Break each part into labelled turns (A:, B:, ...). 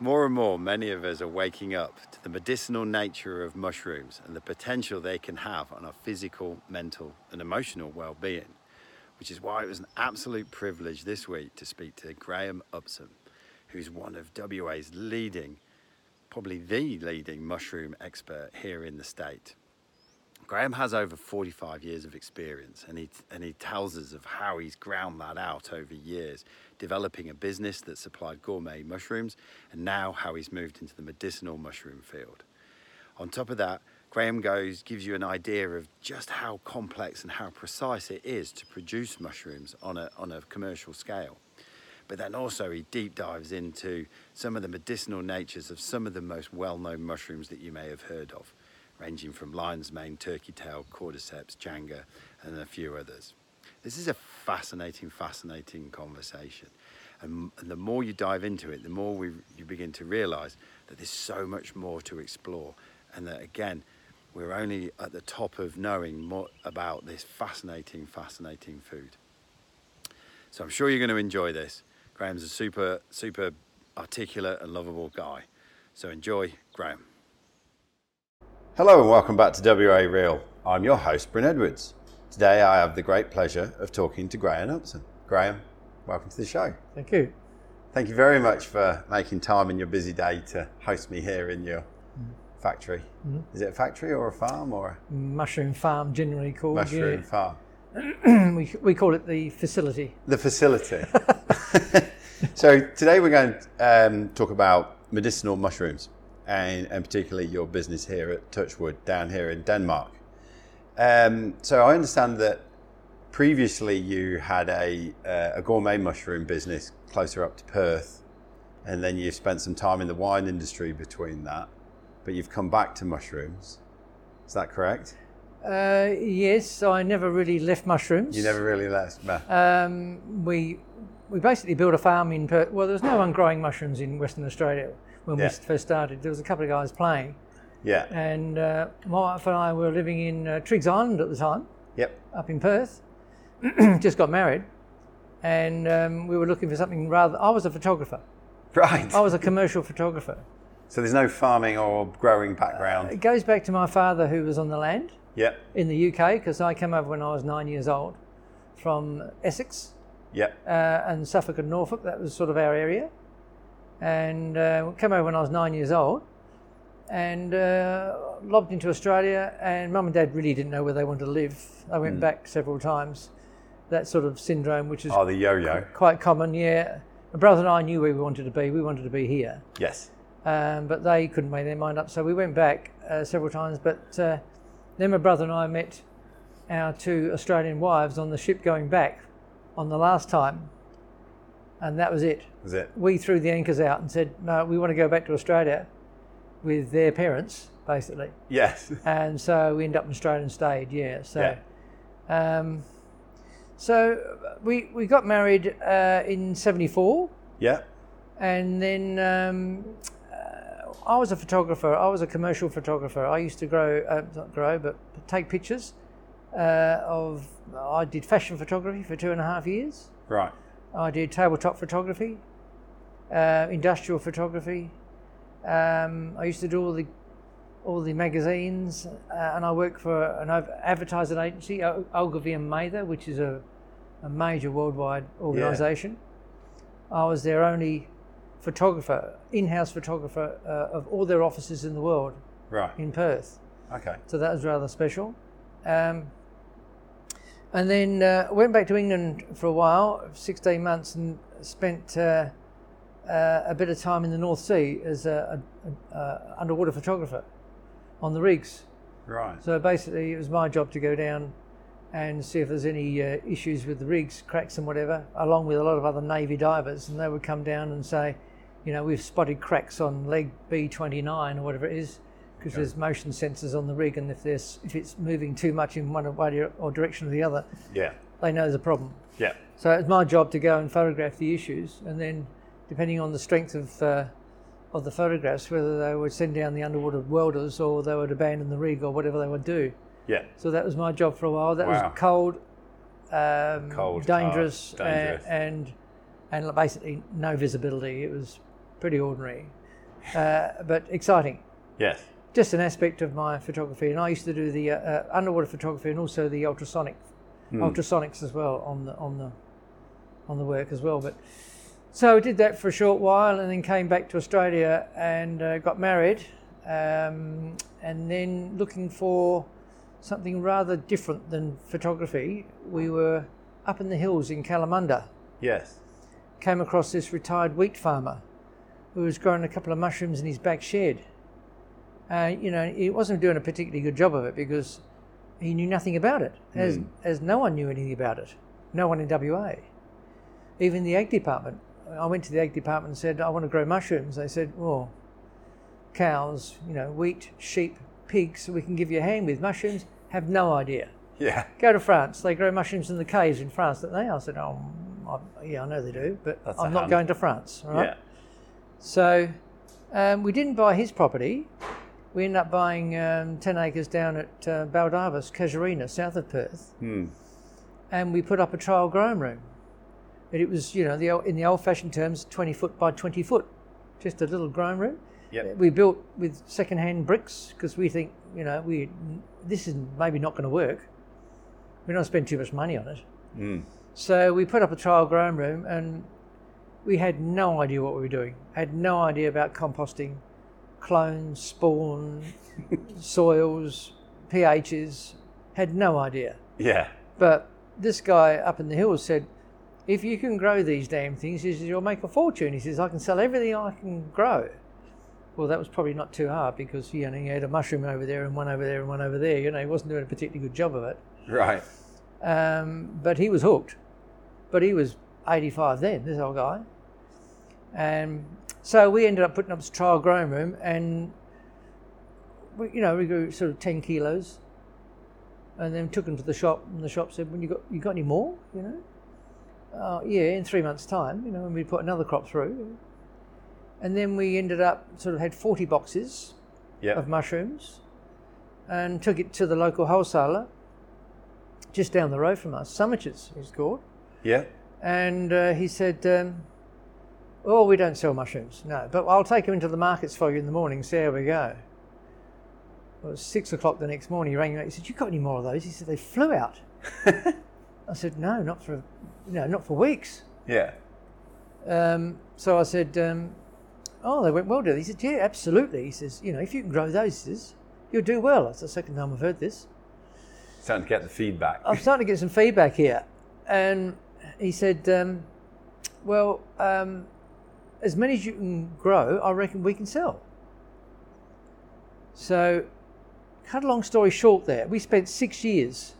A: More and more, many of us are waking up to the medicinal nature of mushrooms and the potential they can have on our physical, mental, and emotional well being, which is why it was an absolute privilege this week to speak to Graham Upson, who's one of WA's leading, probably the leading mushroom expert here in the state. Graham has over 45 years of experience and he, and he tells us of how he's ground that out over years, developing a business that supplied gourmet mushrooms and now how he's moved into the medicinal mushroom field. On top of that, Graham goes gives you an idea of just how complex and how precise it is to produce mushrooms on a, on a commercial scale. But then also he deep dives into some of the medicinal natures of some of the most well-known mushrooms that you may have heard of ranging from lion's mane, turkey tail, cordyceps, janga, and a few others. This is a fascinating, fascinating conversation. And, and the more you dive into it, the more we, you begin to realize that there's so much more to explore. And that, again, we're only at the top of knowing more about this fascinating, fascinating food. So I'm sure you're going to enjoy this. Graham's a super, super articulate and lovable guy. So enjoy, Graham. Hello and welcome back to WA Real. I'm your host, Bryn Edwards. Today I have the great pleasure of talking to Graham Upson. Graham, welcome to the show.
B: Thank you.
A: Thank you very much for making time in your busy day to host me here in your factory.
B: Mhm.
A: Is it a factory or a farm or
B: Mushroom farm, generally
A: a
B: called.
A: mushroom farm?
B: Yeah. we, we call it the facility.
A: The facility. so today we're going to um, talk about medicinal mushrooms and, and particularly your business here at Touchwood down here in Denmark. Um, so I understand that previously you had a, uh, a gourmet mushroom business closer up to Perth, and then you've spent some time in the wine industry between that, but you've come back to mushrooms. Is that correct?
B: Uh, yes, I never really left mushrooms.
A: You never really left. no.
B: Um, we we basically built a farm in Perth. Well, there was no one growing mushrooms in Western Australia when
A: Yeah.
B: we first started. There was a couple of guys playing,
A: Yeah.
B: and uh, my wife and I were living in uh, Triggs Island at the time,
A: Yep.
B: up in Perth. Just got married, and um, we were looking for something rather. I was a photographer.
A: Right.
B: I was a commercial photographer.
A: So there's no farming or growing background.
B: It goes back to my father who was on the land
A: Yep,
B: in the UK because I came over when I was nine years old from Essex
A: yep,
B: uh, and Suffolk and Norfolk. That was sort of our area. And uh, came over when I was nine years old and uh, lobbed into Australia. And mum and dad really didn't know where they wanted to live. I went back several times. That sort of syndrome, which is
A: Oh, the yo-yo.
B: quite common, yeah. My brother and I knew where we wanted to be. We wanted to be here
A: Yes.
B: um, but they couldn't make their mind up. So we went back uh, several times. But uh, then my brother and I met our two Australian wives on the ship going back on the last time, and that was it.
A: Was it?
B: We threw the anchors out and said, "No, we want to go back to Australia with their parents, basically."
A: Yes.
B: And so we ended up in Australia and stayed. Yeah. So.
A: Yeah.
B: Um, so uh, we, we got married uh, in 74
A: Yep.
B: and then um, uh, I was a photographer. I was a commercial photographer. I used to grow, uh, not grow, but take pictures uh, of. I did fashion photography for two and a half years.
A: Right.
B: I did tabletop photography, uh, industrial photography. Um, I used to do all the all the magazines, uh, and I worked for an ad- advertising agency, O- Ogilvy and Mather, which is a, a major worldwide organisation. I was their only photographer, in-house photographer uh, of all their offices in the world
A: Right.
B: in Perth.
A: Okay.
B: So that was rather special. Um, and then uh, went back to England for a while, 16 months, and spent uh, uh, a bit of time in the North Sea as a, a, a underwater photographer on the rigs.
A: Right.
B: So basically, it was my job to go down and see if there's any uh, issues with the rigs, cracks, and whatever, along with a lot of other Navy divers. And they would come down and say, you know, we've spotted cracks on leg B29 or whatever it is, because there's motion sensors on the rig, and if there's if it's moving too much in one way or direction or the other,
A: Yeah.
B: they know there's a problem.
A: Yeah.
B: So it's my job to go and photograph the issues, and then depending on the strength of uh, of the photographs, whether they would send down the underwater welders or they would abandon the rig or whatever they would do.
A: Yeah.
B: So that was my job for a while. That
A: Wow.
B: was cold, um,
A: Cold,
B: dangerous, uh,
A: hard, dangerous.
B: And, and and basically no visibility. It was pretty ordinary. uh, but exciting.
A: Yes.
B: Just an aspect of my photography, and I used to do the uh, uh, underwater photography and also the ultrasonic, ultrasonics as well on the on the on the work as well. But so I did that for a short while, and then came back to Australia and uh, got married, um, and then looking for something rather different than photography, we were up in the hills in Kalamunda
A: Yes.
B: came across this retired wheat farmer who was growing a couple of mushrooms in his back shed. Uh, you know, he wasn't doing a particularly good job of it because he knew nothing about it, as, as no one knew anything about it. No one in WA. Even the Ag Department. I went to the Ag Department and said, I want to grow mushrooms. They said, Well, cows, you know, wheat, sheep, pigs, we can give you a hand with mushrooms. Have no idea
A: Yeah.
B: go to France. They grow mushrooms in the caves in France, don't they? I said, oh, I, yeah, I know they do, but
A: That's a
B: I'm not
A: hand.
B: going to France. All right?
A: Yeah.
B: So um, we didn't buy his property. We ended up buying um, 10 acres down at uh, Baldarvis, Casuarina, south of Perth.
A: Hmm.
B: And we put up a trial growing room. And it was, you know, the, old- in the old fashioned terms, 20 foot by 20 foot, just a little growing room.
A: Yep.
B: We built with second-hand bricks because we think, you know, we this is maybe not going to work. We don't spend too much money on it. So we put up a trial growing room, and we had no idea what we were doing. Had no idea about composting, clones, spawn, soils, pHs. Had no idea.
A: Yeah.
B: But this guy up in the hills said, if you can grow these damn things, he says, you'll make a fortune. He says, I can sell everything I can grow. Well, that was probably not too hard because you know, he had a mushroom over there and one over there and one over there. You know, he wasn't doing a particularly good job of it.
A: Right.
B: Um, but he was hooked. But he was 85 then, this old guy. And so we ended up putting up this trial growing room and, we, you know, we grew sort of 10 kilos. And then took them to the shop, and the shop said, "Well, you got you got any more? You know, uh, yeah, in three months' time, you know, and we put another crop through, and then we ended up sort of had forty boxes,
A: Yeah.
B: of mushrooms and took it to the local wholesaler just down the road from us, Summiches, he's called.
A: Yeah.
B: And uh, he said, um, Oh, we don't sell mushrooms, no, but I'll take them into the markets for you in the morning, see how we go. Well, it was six o'clock the next morning, he rang me up, he said, You got any more of those? He said, They flew out. I said, No, not for, you know, not for weeks.
A: Yeah.
B: Um, so I said, um, "Oh, they went well, did they?" He said, "Yeah, absolutely." He says, "You know, if you can grow those, he says, you'll do well." That's the second time I've heard this.
A: Starting to get the feedback.
B: I'm starting to get some feedback here, and he said, um, "Well, um, as many as you can grow, I reckon we can sell." So, cut a long story short, there we spent six years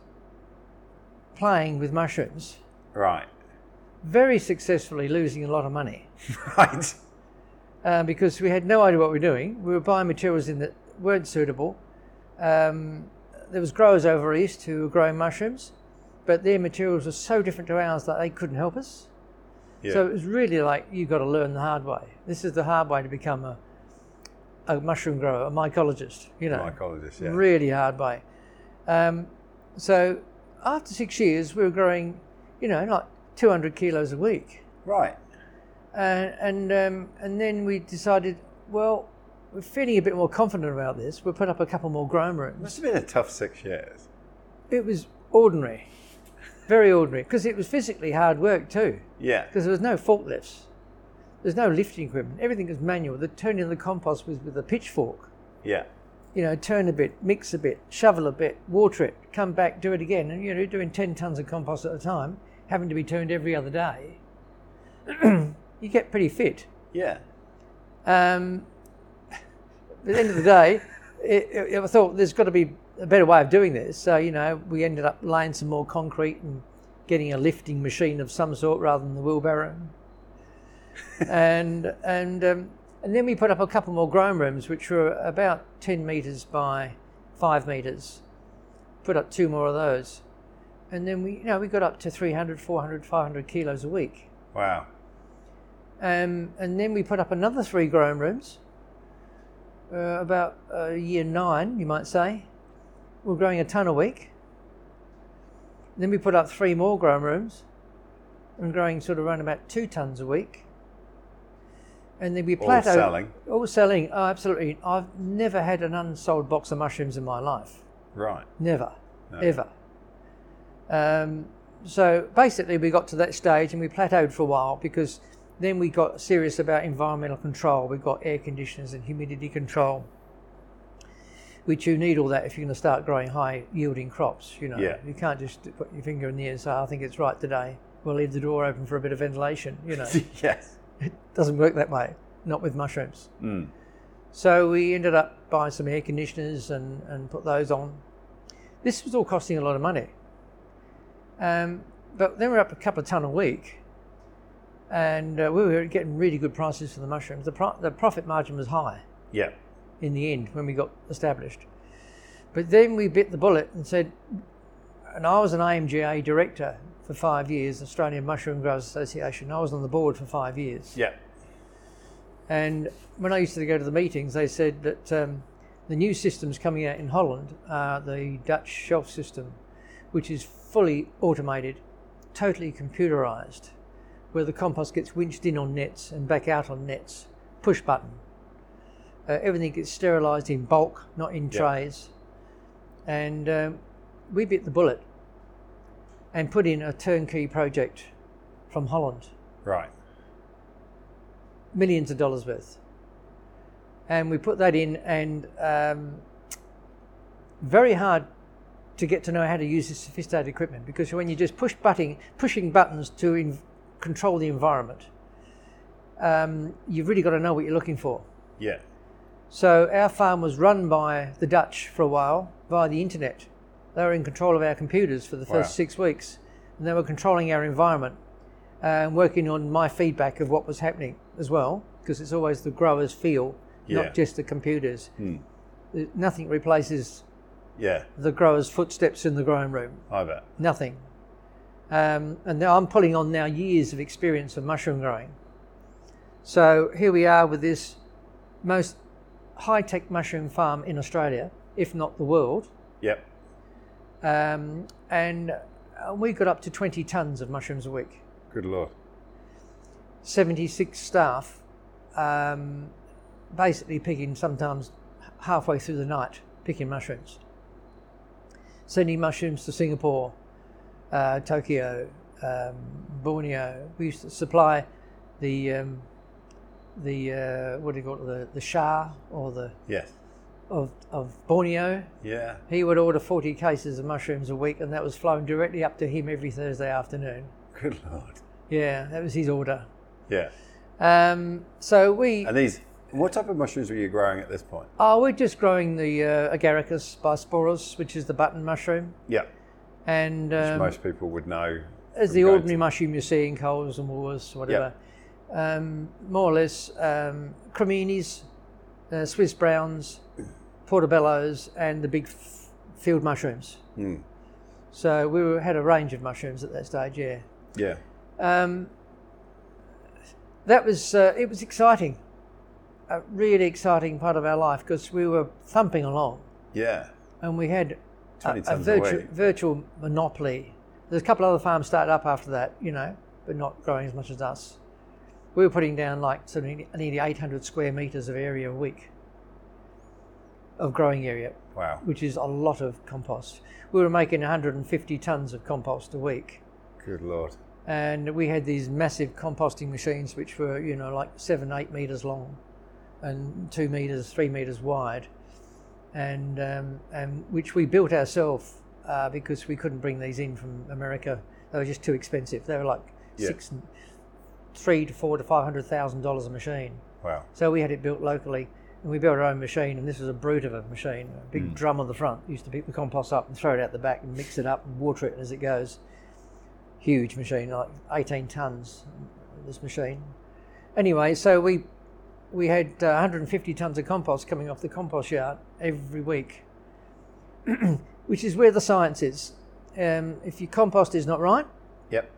B: playing with mushrooms,
A: Right.
B: very successfully losing a lot of money.
A: Right.
B: um, because we had no idea what we were doing. We were buying materials in that weren't suitable. Um, there was growers over east who were growing mushrooms, but their materials were so different to ours that they couldn't help us.
A: Yeah.
B: So it was really like you've got to learn the hard way. This is the hard way to become a a mushroom grower, a mycologist. You know,
A: Mycologist. Yeah.
B: really hard way. Um, so after six years, we were growing, you know, like 200 kilos a week
A: right.
B: and and, um, and then we decided, well, we're feeling a bit more confident about this. We'll put up a couple more grown rooms.
A: Must have been a tough six years.
B: It was ordinary, very ordinary, because it was physically hard work too.
A: Yeah.
B: Because there was no forklifts, there's no lifting equipment. Everything was manual. The turning of the compost was with a pitchfork.
A: Yeah.
B: You know, turn a bit, mix a bit, shovel a bit, water it, come back, do it again. And you know, doing ten tons of compost at a time, having to be turned every other day. you get pretty fit.
A: Yeah.
B: Um, at the end of the day, it, it, I thought there's got to be a better way of doing this. So, you know, we ended up laying some more concrete and getting a lifting machine of some sort rather than the wheelbarrow. and and um, and then we put up a couple more grown rooms, which were about 10 metres by 5 metres. Put up two more of those. And then we, you know, we got up to 300, 400, 500 kilos a week.
A: Wow.
B: Um, and then we put up another three growing rooms. Uh, about uh, year nine, you might say, we're growing a ton a week. Then we put up three more growing rooms, and growing sort of around about two tons a week. and then we
A: All
B: plateaued.
A: selling.
B: All selling. Oh, absolutely. I've never had an unsold box of mushrooms in my life.
A: Right.
B: Never, ever. Um, so basically, we got to that stage and we plateaued for a while because then we got serious about environmental control. We got air conditioners and humidity control, which you need all that if you're going to start growing high yielding crops. You know,
A: Yeah.
B: you can't just put your finger in the air and say, "I think it's right today." We'll leave the door open for a bit of ventilation. You know,
A: yes.
B: doesn't work that way. Not with mushrooms. So we ended up buying some air conditioners and, and put those on. This was all costing a lot of money. Um, but then we we're up a couple of ton a week, and uh, we were getting really good prices for the mushrooms. The, pro- the profit margin was high
A: Yeah.
B: in the end when we got established. But then we bit the bullet and said, and I was an AMGA director for five years, Australian Mushroom Growers Association. I was on the board for five years.
A: Yeah.
B: And when I used to go to the meetings, they said that um, the new systems coming out in Holland are the Dutch shelf system, which is fully automated, totally computerized, where the compost gets winched in on nets and back out on nets, push button. Uh, everything gets sterilized in bulk, not in trays. And um, we bit the bullet and put in a turnkey project from Holland
A: Right.
B: millions of dollars worth. And we put that in, and um, very hard to get to know how to use this sophisticated equipment because when you just push butting, pushing buttons to in, control the environment, um, you've really got to know what you're looking for.
A: Yeah.
B: So our farm was run by the Dutch for a while via the internet. They were in control of our computers for the first
A: Wow.
B: six weeks, and they were controlling our environment uh, and working on my feedback of what was happening as well, because it's always the growers' feel,
A: Yeah. Hmm.
B: not just the computers. Uh, Nothing replaces
A: Yeah.
B: the growers' footsteps in the growing room.
A: I bet.
B: Nothing. Um, and now I'm pulling on now years of experience of mushroom growing. So here we are with this most high tech mushroom farm in Australia, if not the world.
A: Yep.
B: Um, and uh, we got up to 20 tonnes of mushrooms a week,
A: Good lord.
B: 76 staff, um, basically picking sometimes halfway through the night, picking mushrooms. Sending mushrooms to Singapore, uh, Tokyo, um, Borneo. We used to supply the um, the uh, what do you call it, the the Shah or the
A: Yes.
B: of, of Borneo.
A: Yeah.
B: He would order 40 cases of mushrooms a week, and that was flown directly up to him every Thursday afternoon.
A: Good lord.
B: Yeah, that was his order.
A: Yeah.
B: Um, so we
A: And these, what type of mushrooms were you growing at this point?
B: are Oh, we're just growing the uh, Agaricus bisporus, which is the button mushroom,
A: Yeah.
B: and
A: Which
B: um,
A: most people would know.
B: as
A: from
B: the
A: going
B: ordinary mushroom you see in Coles and Woolworths, whatever. Um, more or less, um, creminis, uh, Swiss browns, portobellos, and the big f- field mushrooms. So we were, had a range of mushrooms at that stage. Yeah,
A: To, yeah.
B: um, that was uh, it was exciting, a really exciting part of our life because we were thumping along
A: Yeah.
B: and we had
A: 20
B: a, a
A: tonnes a
B: virtu-
A: week.
B: virtual monopoly. There's a couple other farms started up after that, you know, but not growing as much as us. We were putting down like sort of nearly 800 square meters of area a week of growing area,
A: Wow.
B: which is a lot of compost. We were making 150 tons of compost a week,
A: Good lord.
B: and we had these massive composting machines, which were you know like seven, eight meters long, and two meters, three meters wide, and um, and which we built ourselves uh, because we couldn't bring these in from America. They were just too expensive. They were like
A: Yeah.
B: six, three to four to five hundred thousand dollars a machine.
A: Wow.
B: So we had it built locally, and we built our own machine. And this was a brute of a machine, a big drum on the front. Used to pick the compost up and throw it out the back and mix it up and water it as it goes. Huge machine, like 18 tons. This machine. Anyway, so we we had uh, 150 tons of compost coming off the compost yard every week, which is where the science is. Um, if your compost is not right,
A: Yep.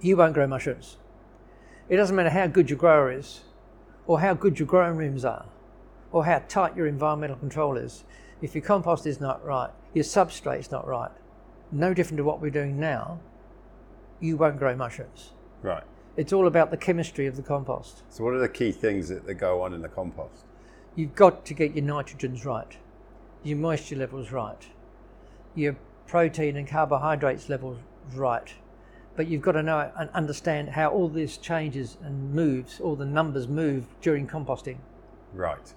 B: you won't grow mushrooms. It doesn't matter how good your grower is, or how good your growing rooms are, or how tight your environmental control is. If your compost is not right, your substrate's not right, no different to what we're doing now, you won't grow mushrooms.
A: Right.
B: It's all about the chemistry of the compost.
A: So, what are the key things that, that go on in the compost?
B: You've got to get your nitrogens right, your moisture levels right, your protein and carbohydrates levels right. But you've got to know and understand how all this changes and moves, all the numbers move during composting.
A: Right.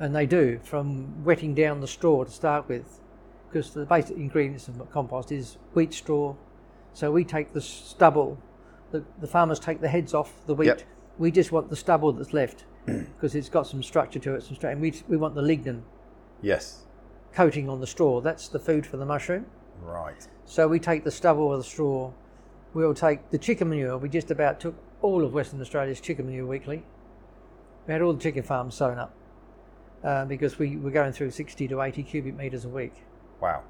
B: and they do from wetting down the straw to start with because the basic ingredients of compost is wheat straw so we take the stubble the, the farmers take the heads off the wheat
A: Yep.
B: we just want the stubble that's left because it's got some structure to it some stra- and we, we want the lignin
A: Yes.
B: coating on the straw that's the food for the mushroom
A: Right.
B: so we take the stubble or the straw we'll take the chicken manure we just about took all of western australia's chicken manure weekly we had all the chicken farms sewn up uh, because we were going through 60 to 80 cubic metres a week.
A: Wow.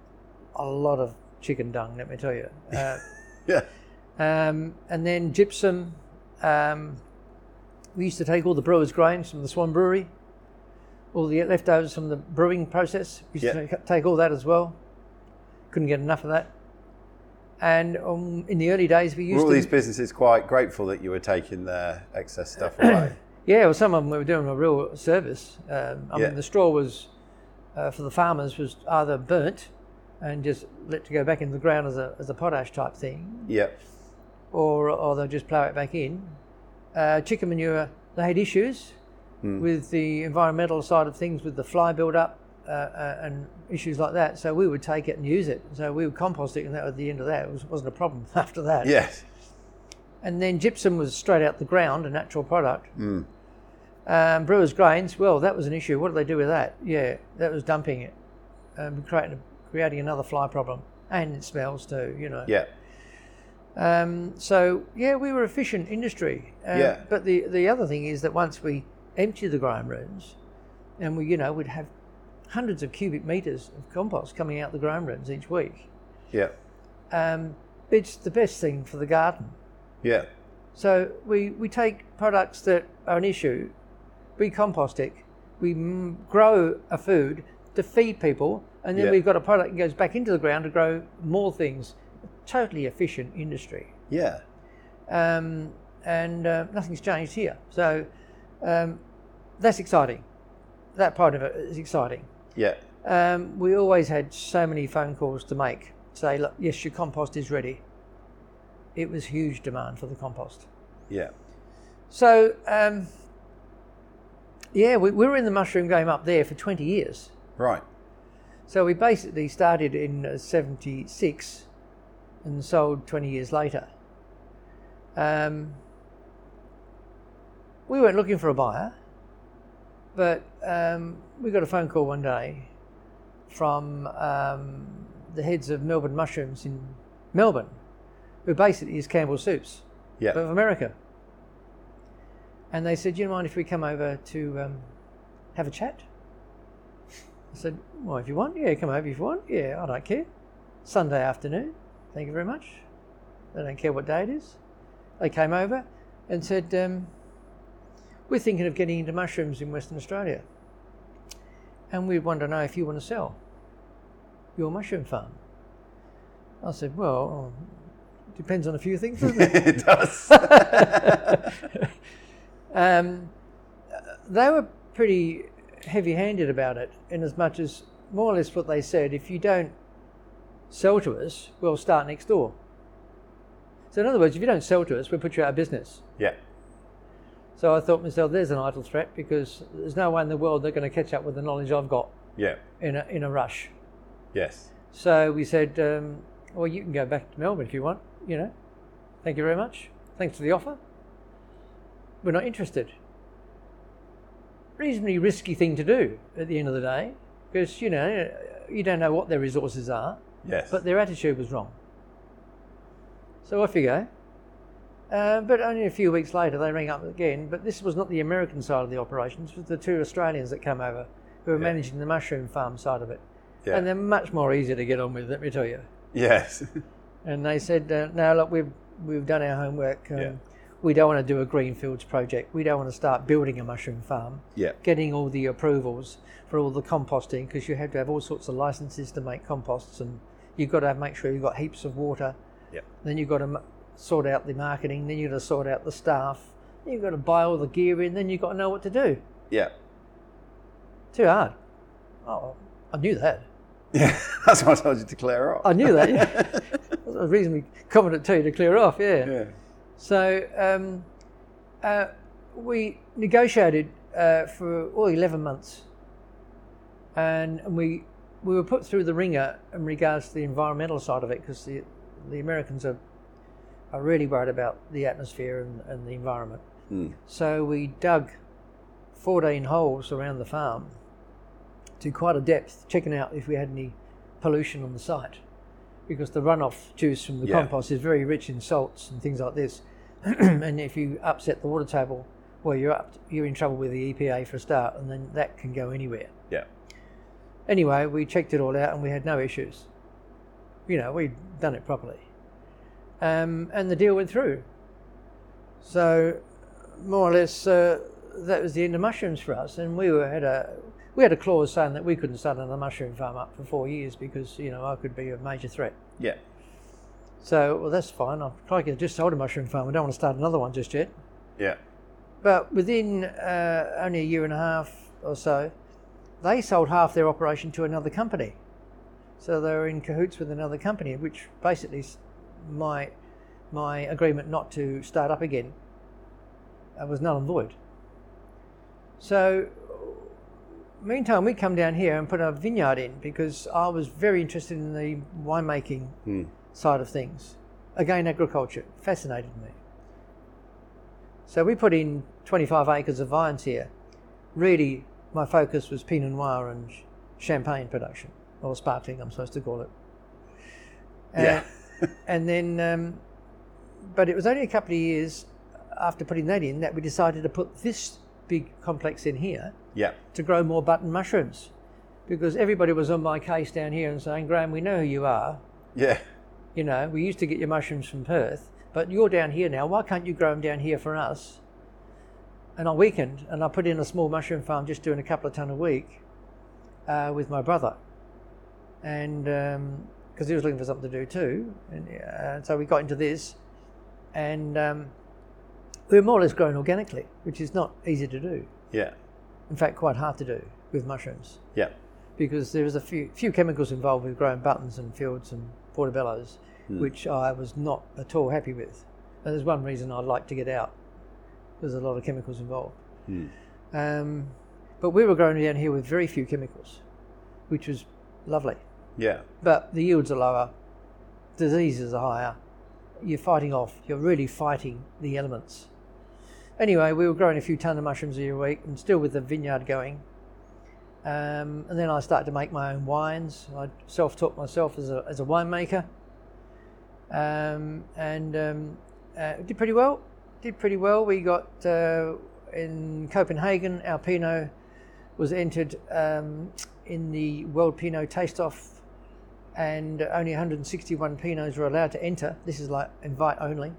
B: A lot of chicken dung, let me tell you. Uh,
A: Yeah.
B: um, and then gypsum. Um, we used to take all the brewers' grains from the Swan Brewery, all the leftovers from the brewing process. We used
A: Yeah.
B: to take, take all that as well. Couldn't get enough of that. And um, in the early days, we used
A: Were all
B: to.
A: these businesses quite grateful that you were taking their excess stuff away?
B: Yeah, well, some of them we were doing a real service. Um, I
A: Yeah.
B: mean, the straw was uh, for the farmers was either burnt and just let to go back into the ground as a as a potash type thing,
A: yep.
B: or or they'll just plough it back in. Uh, chicken manure, they had issues with the environmental side of things, with the fly build up uh, uh, and issues like that. So we would take it and use it. So we would compost it, and that was the end of that. It was, wasn't a problem after that.
A: Yes.
B: And then gypsum was straight out the ground, a natural product. Um, brewers' grains, well, that was an issue. What did they do with that? Yeah, that was dumping it, um, creating, creating another fly problem. And it smells too, you know.
A: Yeah.
B: Um, so, yeah, we were efficient industry. Um,
A: Yeah.
B: But the, the other thing is that once we empty the grime rooms, and we, you know, we'd have hundreds of cubic metres of compost coming out the grime rooms each week,
A: Yeah.
B: um, it's the best thing for the garden.
A: Yeah.
B: So we, we take products that are an issue, we compost it, we m- grow a food to feed people, and then
A: Yeah.
B: we've got a product that goes back into the ground to grow more things. Totally efficient industry.
A: Yeah.
B: Um, and uh, nothing's changed here. So um, that's exciting. That part of it is exciting.
A: Yeah.
B: Um, we always had so many phone calls to make. Say, look, yes, your compost is ready. It was huge demand for the compost.
A: Yeah.
B: So, um, yeah, we, we were in the mushroom game up there for 20 years.
A: Right.
B: So we basically started in uh, 76 and sold 20 years later. Um, we weren't looking for a buyer, but um, we got a phone call one day from um, the heads of Melbourne Mushrooms in Melbourne, who basically is Campbell Soups
A: Yeah.
B: of America. And they said, Do you mind if we come over to um, have a chat? I said, Well, if you want, yeah, come over if you want. Yeah, I don't care. Sunday afternoon, thank you very much. They don't care what day it is. They came over and said, um, We're thinking of getting into mushrooms in Western Australia. And we want to know if you want to sell your mushroom farm. I said, Well, um, depends on a few things, doesn't it?
A: it does.
B: um, they were pretty heavy-handed about it, in as much as more or less what they said: if you don't sell to us, we'll start next door. So, in other words, if you don't sell to us, we'll put you out of business.
A: yeah.
B: So I thought to myself, there's an idle threat because there's no way in the world they're going to catch up with the knowledge I've got
A: Yeah.
B: in a, in a rush.
A: Yes.
B: So we said, um, well, you can go back to Melbourne if you want, you know. Thank you very much. Thanks for the offer. We're not interested. Reasonably risky thing to do at the end of the day, because, you know, you don't know what their resources are,
A: Yes.
B: but their attitude was wrong. So off you go. Uh, but only a few weeks later, they rang up again. But this was not the American side of the operations; it was the two Australians that came over, who were managing the mushroom farm side of it
A: yeah.
B: and they're much more easy to get on with, let me tell you.
A: yes.
B: And they said, uh, "No, look, we've we've done our homework. Um,
A: Yeah.
B: We don't want to do a greenfields project. We don't want to start building a mushroom farm,
A: yeah.
B: getting all the approvals for all the composting because you have to have all sorts of licenses to make composts, and you've got to make sure you've got heaps of water.
A: Yeah.
B: Then you've got to m- sort out the marketing, then you've got to sort out the staff, then you've got to buy all the gear in, then you've got to know what to do.
A: Yeah.
B: Too hard. Oh, I knew that.
A: Yeah. That's what I told you to clear up.
B: I knew that. Yeah. That's a reasonably confident too to clear off. Yeah.
A: Yeah.
B: So um, uh, we negotiated uh, for all eleven months, and, and we we were put through the ringer in regards to the environmental side of it because the the Americans are are really worried about the atmosphere and, and the environment.
A: Mm.
B: So we dug 14 holes around the farm to quite a depth, checking out if we had any pollution on the site. Because the runoff juice from the
A: Yeah.
B: compost is very rich in salts and things like this. and if you upset the water table, well, you're, up, you're in trouble with the EPA for a start, and then that can go anywhere.
A: Yeah.
B: Anyway, we checked it all out and we had no issues. You know, we'd done it properly. Um, and the deal went through. So, more or less, uh, that was the end of mushrooms for us. And we were, had a we had a clause saying that we couldn't start another mushroom farm up for four years because you know I could be a major threat.
A: Yeah.
B: So, well, that's fine. I've crikey, I just sold a mushroom farm. I don't want to start another one just yet.
A: Yeah.
B: But within uh, only a year and a half or so, they sold half their operation to another company. So they were in cahoots with another company, which basically s- my my agreement not to start up again uh, was null and void. So meantime, we come down here and put a vineyard in because I was very interested in the winemaking
A: Hmm.
B: side of things. Again, agriculture fascinated me. So we put in 25 acres of vines here. Really, my focus was Pinot Noir and champagne production, or sparkling, I'm supposed to call it. Uh,
A: Yeah.
B: and then, um, but it was only a couple of years after putting that in that we decided to put this big complex in here
A: Yeah.
B: to grow more button mushrooms because everybody was on my case down here and saying, Graham, we know who you are.
A: Yeah.
B: You know, we used to get your mushrooms from Perth, but you're down here now. Why can't you grow them down here for us? And I weakened and I put in a small mushroom farm just doing a couple of ton a week uh, with my brother. And because he was looking for something to do too. And uh, so we got into this and um, we were more or less growing organically, which is not easy to do.
A: Yeah.
B: In fact, quite hard to do with mushrooms
A: Yeah.
B: because there is a few few chemicals involved with growing buttons and fields and portobellos, which I was not at all happy with. And there's one reason I'd like to get out. There's a lot of chemicals involved. Um, but we were growing down here with very few chemicals, which was lovely.
A: Yeah.
B: But the yields are lower, diseases are higher. You're fighting off. You're really fighting the elements. Anyway, we were growing a few ton of mushrooms a year a week, and still with the vineyard going. Um, and then I started to make my own wines. I self-taught myself as a as a winemaker, um, and um, uh, did pretty well. Did pretty well. We got uh, in Copenhagen. Our Pinot was entered um, in the World Pinot Taste Off and only 161 Pinots were allowed to enter. This is like invite only.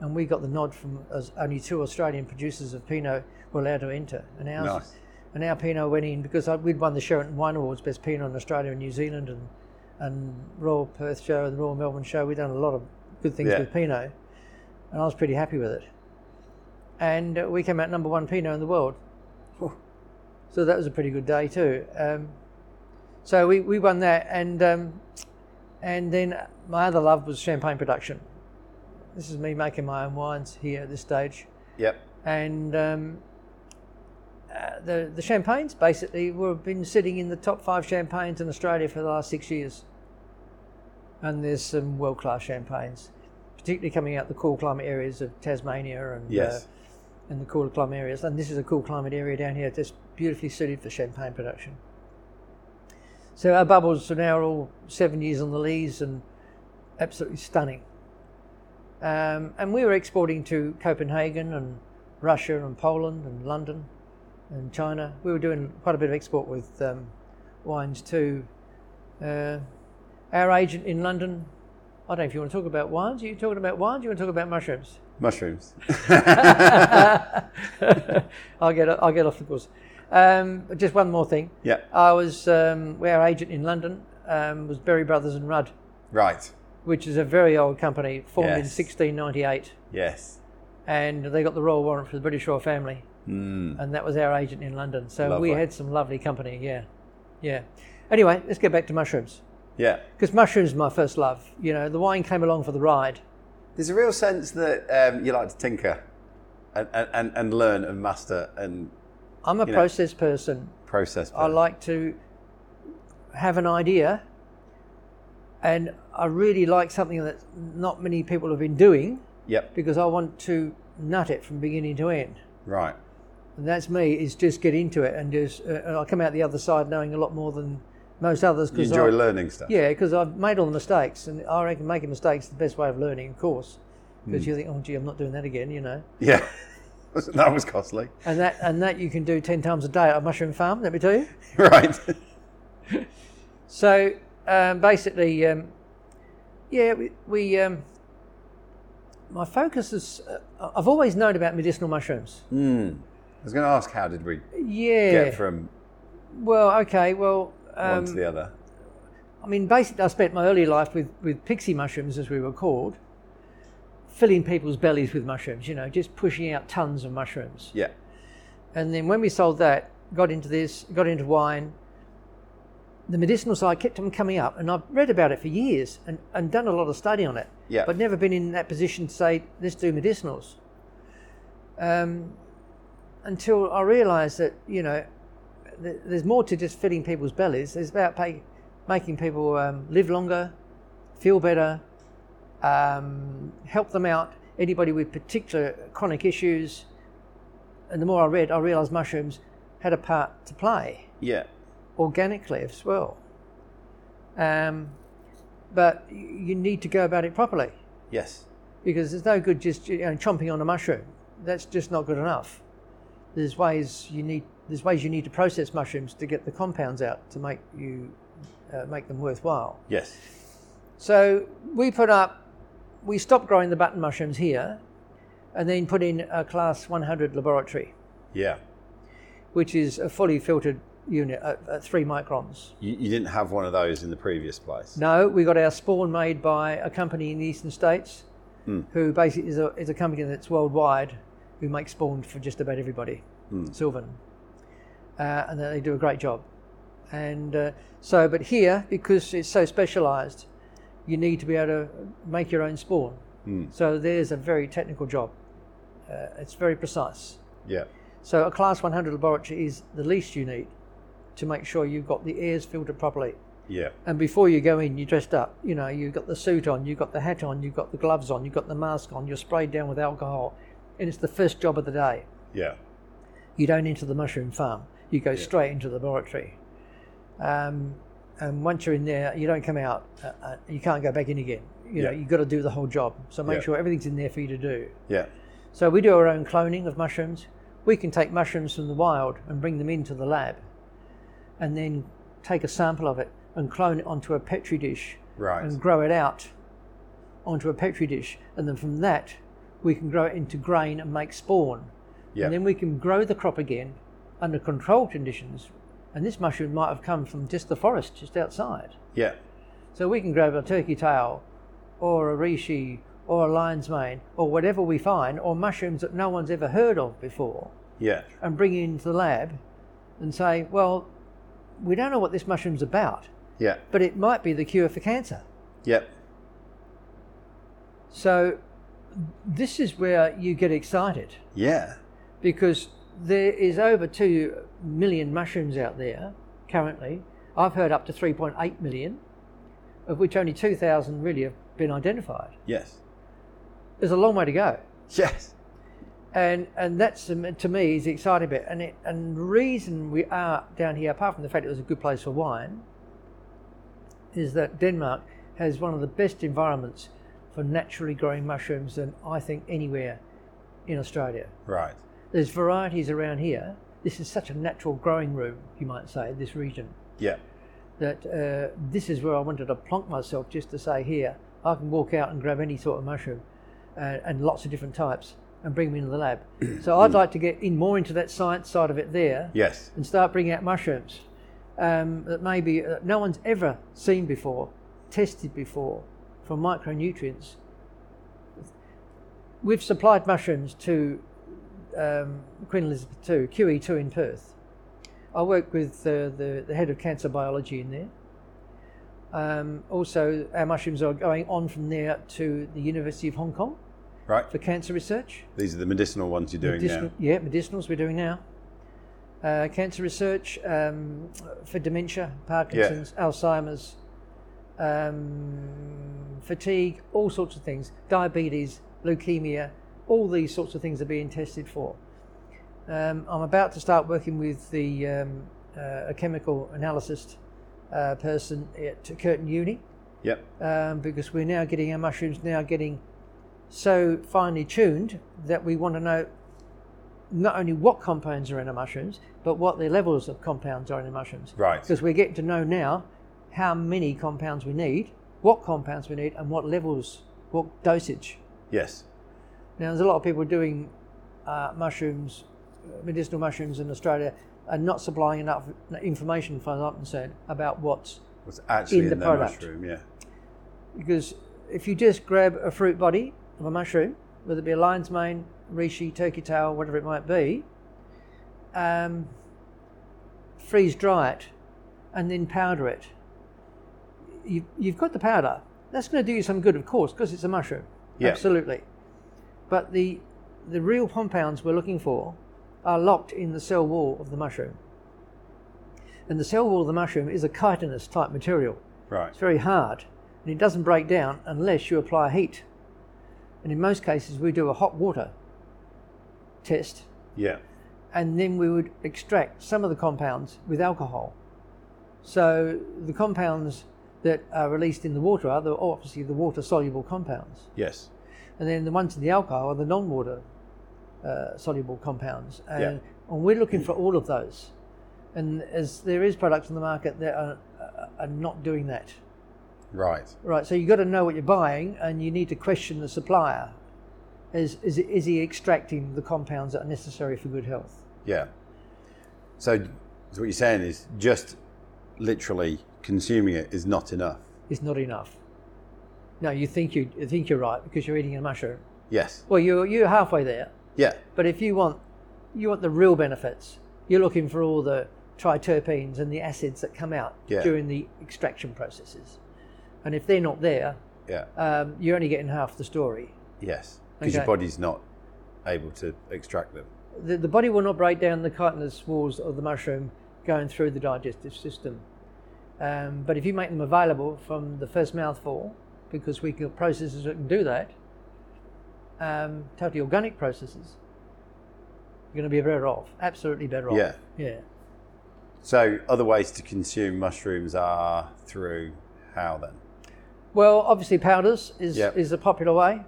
B: And we got the nod from as only two Australian producers of Pinot were allowed to enter. And ours,
A: Nice.
B: and our Pinot went in because I, we'd won the Sheraton Wine Awards Best Pinot in Australia and New Zealand and, and Royal Perth Show and the Royal Melbourne Show. We'd done a lot of good things
A: Yeah.
B: with Pinot. And I was pretty happy with it. And uh, we came out number one Pinot in the world. So that was a pretty good day too. Um, so we, we won that, and um, and then my other love was champagne production. This is me making my own wines here at this stage,
A: Yep.
B: and um, uh, the the champagnes basically have been sitting in the top five champagnes in Australia for the last six years, and there's some world class champagnes, particularly coming out the cool climate areas of Tasmania and
A: Yes.
B: uh, in the cooler climate areas. And this is a cool climate area down here, just beautifully suited for champagne production. So our bubbles are now all seven years on the lees and absolutely stunning. Um, and we were exporting to Copenhagen and Russia and Poland and London and China. We were doing quite a bit of export with um, wines too. Uh, our agent in London, I don't know if you want to talk about wines. Are you talking about wines? You want to talk about mushrooms?
A: Mushrooms.
B: I'll get I'll get off the course. Um, but just one more thing.
A: yeah.
B: I was um, our agent in London um, was Berry Brothers and Rudd,
A: Right.
B: which is a very old company formed in
A: Yes.
B: 1698,
A: Yes.
B: and they got the royal warrant for the British royal family,
A: Hmm.
B: mm. and that was our agent in London. So
A: Lovely.
B: we had some lovely company. Yeah, yeah. Anyway, let's get back to mushrooms
A: Yeah.
B: because mushrooms are my first love. You know, the wine came along for the ride.
A: There's a real sense that um, you like to tinker and, and- and, and learn and master and
B: I'm a
A: You know-
B: process person.
A: process.
B: I like to have an idea, and I really like something that not many people have been doing
A: Yep.
B: because I want to nut it from beginning to end.
A: Right.
B: And that's me. Is just get into it and just uh, and I come out the other side knowing a lot more than most others.
A: You
B: Cause
A: enjoy
B: I,
A: learning stuff.
B: Yeah, because I've made all the mistakes, and I reckon making mistakes is the best way of learning, of course.
A: Hmm.
B: Because you think, oh gee, I'm not doing that again, you know.
A: Yeah. that was costly.
B: And that and that you can do ten times a day at a mushroom farm. Let me tell you.
A: right.
B: So um, basically, um, yeah, we, we um, my focus is uh, I've always known about medicinal mushrooms.
A: I was going to ask, how did we
B: Hmm. Yeah.
A: get from
B: well, okay. Well,
A: one
B: um,
A: to the other?
B: I mean, basically, I spent my early life with, with pixie mushrooms, as we were called, filling people's bellies with mushrooms. You know, just pushing out tons of mushrooms.
A: Yeah.
B: And then when we sold that, got into this, got into wine. The medicinal side kept on coming up, and I've read about it for years and, and done a lot of study on it.
A: Yeah.
B: But never been in that position to say, let's do medicinals. Um, until I realised that, you know, th- there's more to just filling people's bellies. It's about pay- making people um, live longer, feel better, um, help them out. Anybody with particular chronic issues, and the more I read, I realised mushrooms had a part to play
A: Yeah.
B: organically as well. Um, but y- you need to go about it properly
A: Yes.
B: because there's no good just you know, chomping on a mushroom. That's just not good enough. There's ways you need there's ways you need to process mushrooms to get the compounds out to make you uh, make them worthwhile.
A: Yes.
B: So we put up, we stopped growing the button mushrooms here, and then put in a class 100 laboratory,
A: Yeah.
B: which is a fully filtered unit at, at three microns.
A: You, you didn't have one of those in the previous place.
B: No, we got our spawn made by a company in the eastern states, who basically is a, is a company that's worldwide, who make spawn for just about everybody, Sylvan, uh, and they do a great job. And uh, so, but here because it's so specialised, you need to be able to make your own spawn. So there's a very technical job. Uh, it's very precise.
A: Yeah.
B: So a class 100 laboratory is the least you need to make sure you've got the airs filtered properly.
A: Yeah.
B: And before you go in, you dressed up. You know, you've got the suit on, you've got the hat on, you've got the gloves on, you've got the mask on, you're sprayed down with alcohol. And it's the first job of the day.
A: Yeah.
B: You don't enter the mushroom farm, you go straight into the laboratory. Um, and once you're in there, you don't come out, uh, uh, you can't go back in again. You know,
A: Yeah.
B: you've got to do the whole job. So make
A: Yeah.
B: sure everything's in there for you to do.
A: Yeah.
B: So we do our own cloning of mushrooms. We can take mushrooms from the wild and bring them into the lab and then take a sample of it and clone it onto a petri dish
A: Right.
B: and grow it out onto a petri dish. And then from that, we can grow it into grain and make spawn.
A: Yeah.
B: And then we can grow the crop again under controlled conditions. And this mushroom might have come from just the forest just outside.
A: Yeah.
B: So we can grab a turkey tail or a reishi or a lion's mane or whatever we find or mushrooms that no one's ever heard of before
A: Yeah.
B: and bring it into the lab and say, well, we don't know what this mushroom's about,
A: Yeah.
B: but it might be the cure for cancer.
A: Yeah.
B: So this is where you get excited
A: Yeah.
B: because there is over 2 million mushrooms out there currently. I've heard up to 3.8 million, of which only 2,000 really have been identified.
A: Yes.
B: there's a long way to go.
A: Yes.
B: And and that's um, to me is the exciting bit. And it, and the reason we are down here, apart from the fact it was a good place for wine, is that Denmark has one of the best environments for naturally growing mushrooms than I think anywhere in Australia.
A: Right.
B: There's varieties around here. This is such a natural growing room, you might say, this region
A: Yeah.
B: that uh, this is where I wanted to plonk myself just to say, here, I can walk out and grab any sort of mushroom uh, and lots of different types and bring them into the lab. so I'd like to get in more into that science side of it there
A: Yes.
B: and start bringing out mushrooms um, that maybe uh, no one's ever seen before, tested before, for micronutrients. We've supplied mushrooms to um, Queen Elizabeth II, QE2 in Perth. I work with uh, the, the head of cancer biology in there. Um, also, our mushrooms are going on from there to the University of Hong Kong
A: Right.
B: for cancer research.
A: These are the medicinal ones you're doing
B: Medicinal-
A: now.
B: Yeah, medicinals we're doing now. Uh, cancer research um, for dementia, Parkinson's, Alzheimer's, um, fatigue, all sorts of things, diabetes, leukemia, all these sorts of things are being tested for. Um, I'm about to start working with the um, uh, a chemical analyst uh, person at Curtin Uni
A: Yep.
B: um, because we're now getting our mushrooms now getting so finely tuned that we want to know not only what compounds are in our mushrooms, but what the levels of compounds are in the mushrooms.
A: Right.
B: Because we're getting to know now how many compounds we need, what compounds we need, and what levels, what dosage.
A: Yes.
B: Now, there's a lot of people doing uh, mushrooms, medicinal mushrooms in Australia, and not supplying enough information, as far as I'm concerned, about what's
A: What's actually in,
B: In the
A: their
B: product.
A: mushroom? Yeah.
B: because if you just grab a fruit body of a mushroom, whether it be a lion's mane, reishi, turkey tail, whatever it might be, um, freeze dry it, and then powder it, you, you've got the powder. That's going to do you some good, of course, because it's a mushroom.
A: Yeah.
B: Absolutely. But the the real compounds we're looking for are locked in the cell wall of the mushroom. And the cell wall of the mushroom is a chitinous type material.
A: Right.
B: It's very hard, and it doesn't break down unless you apply heat. And in most cases, we do a hot water test,
A: Yeah.
B: and then we would extract some of the compounds with alcohol. So the compounds that are released in the water are the, obviously the water soluble compounds,
A: Yes.
B: and then the ones in the alcohol are the non water uh, soluble compounds. And,
A: Yeah.
B: and we're looking for all of those. And as there is products on the market that are, are- are not doing that.
A: Right.
B: Right, so you've got to know what you're buying and you need to question the supplier. Is, is, is he extracting the compounds that are necessary for good health?
A: Yeah. So, so what you're saying is just literally consuming it is not enough.
B: It's not enough. No, you think, you, you think you're right because you're eating a mushroom.
A: Yes.
B: Well, you're, you're halfway there,
A: Yeah.
B: but if you want, you want the real benefits, you're looking for all the triterpenes and the acids that come out
A: Yeah.
B: during the extraction processes. And if they're not there,
A: Yeah.
B: um, you're only getting half the story.
A: Yes. Because your
B: Okay.
A: body's not able to extract them.
B: the, the body will not break down the chitinous walls of the mushroom going through the digestive system. Um, but if you make them available from the first mouthful, because we can processes that can do that, um, totally organic processes, you're going to be better off. Absolutely better off.
A: Yeah.
B: Yeah.
A: So other ways to consume mushrooms are through how then?
B: Well, obviously powders is
A: Yep.
B: is a popular way,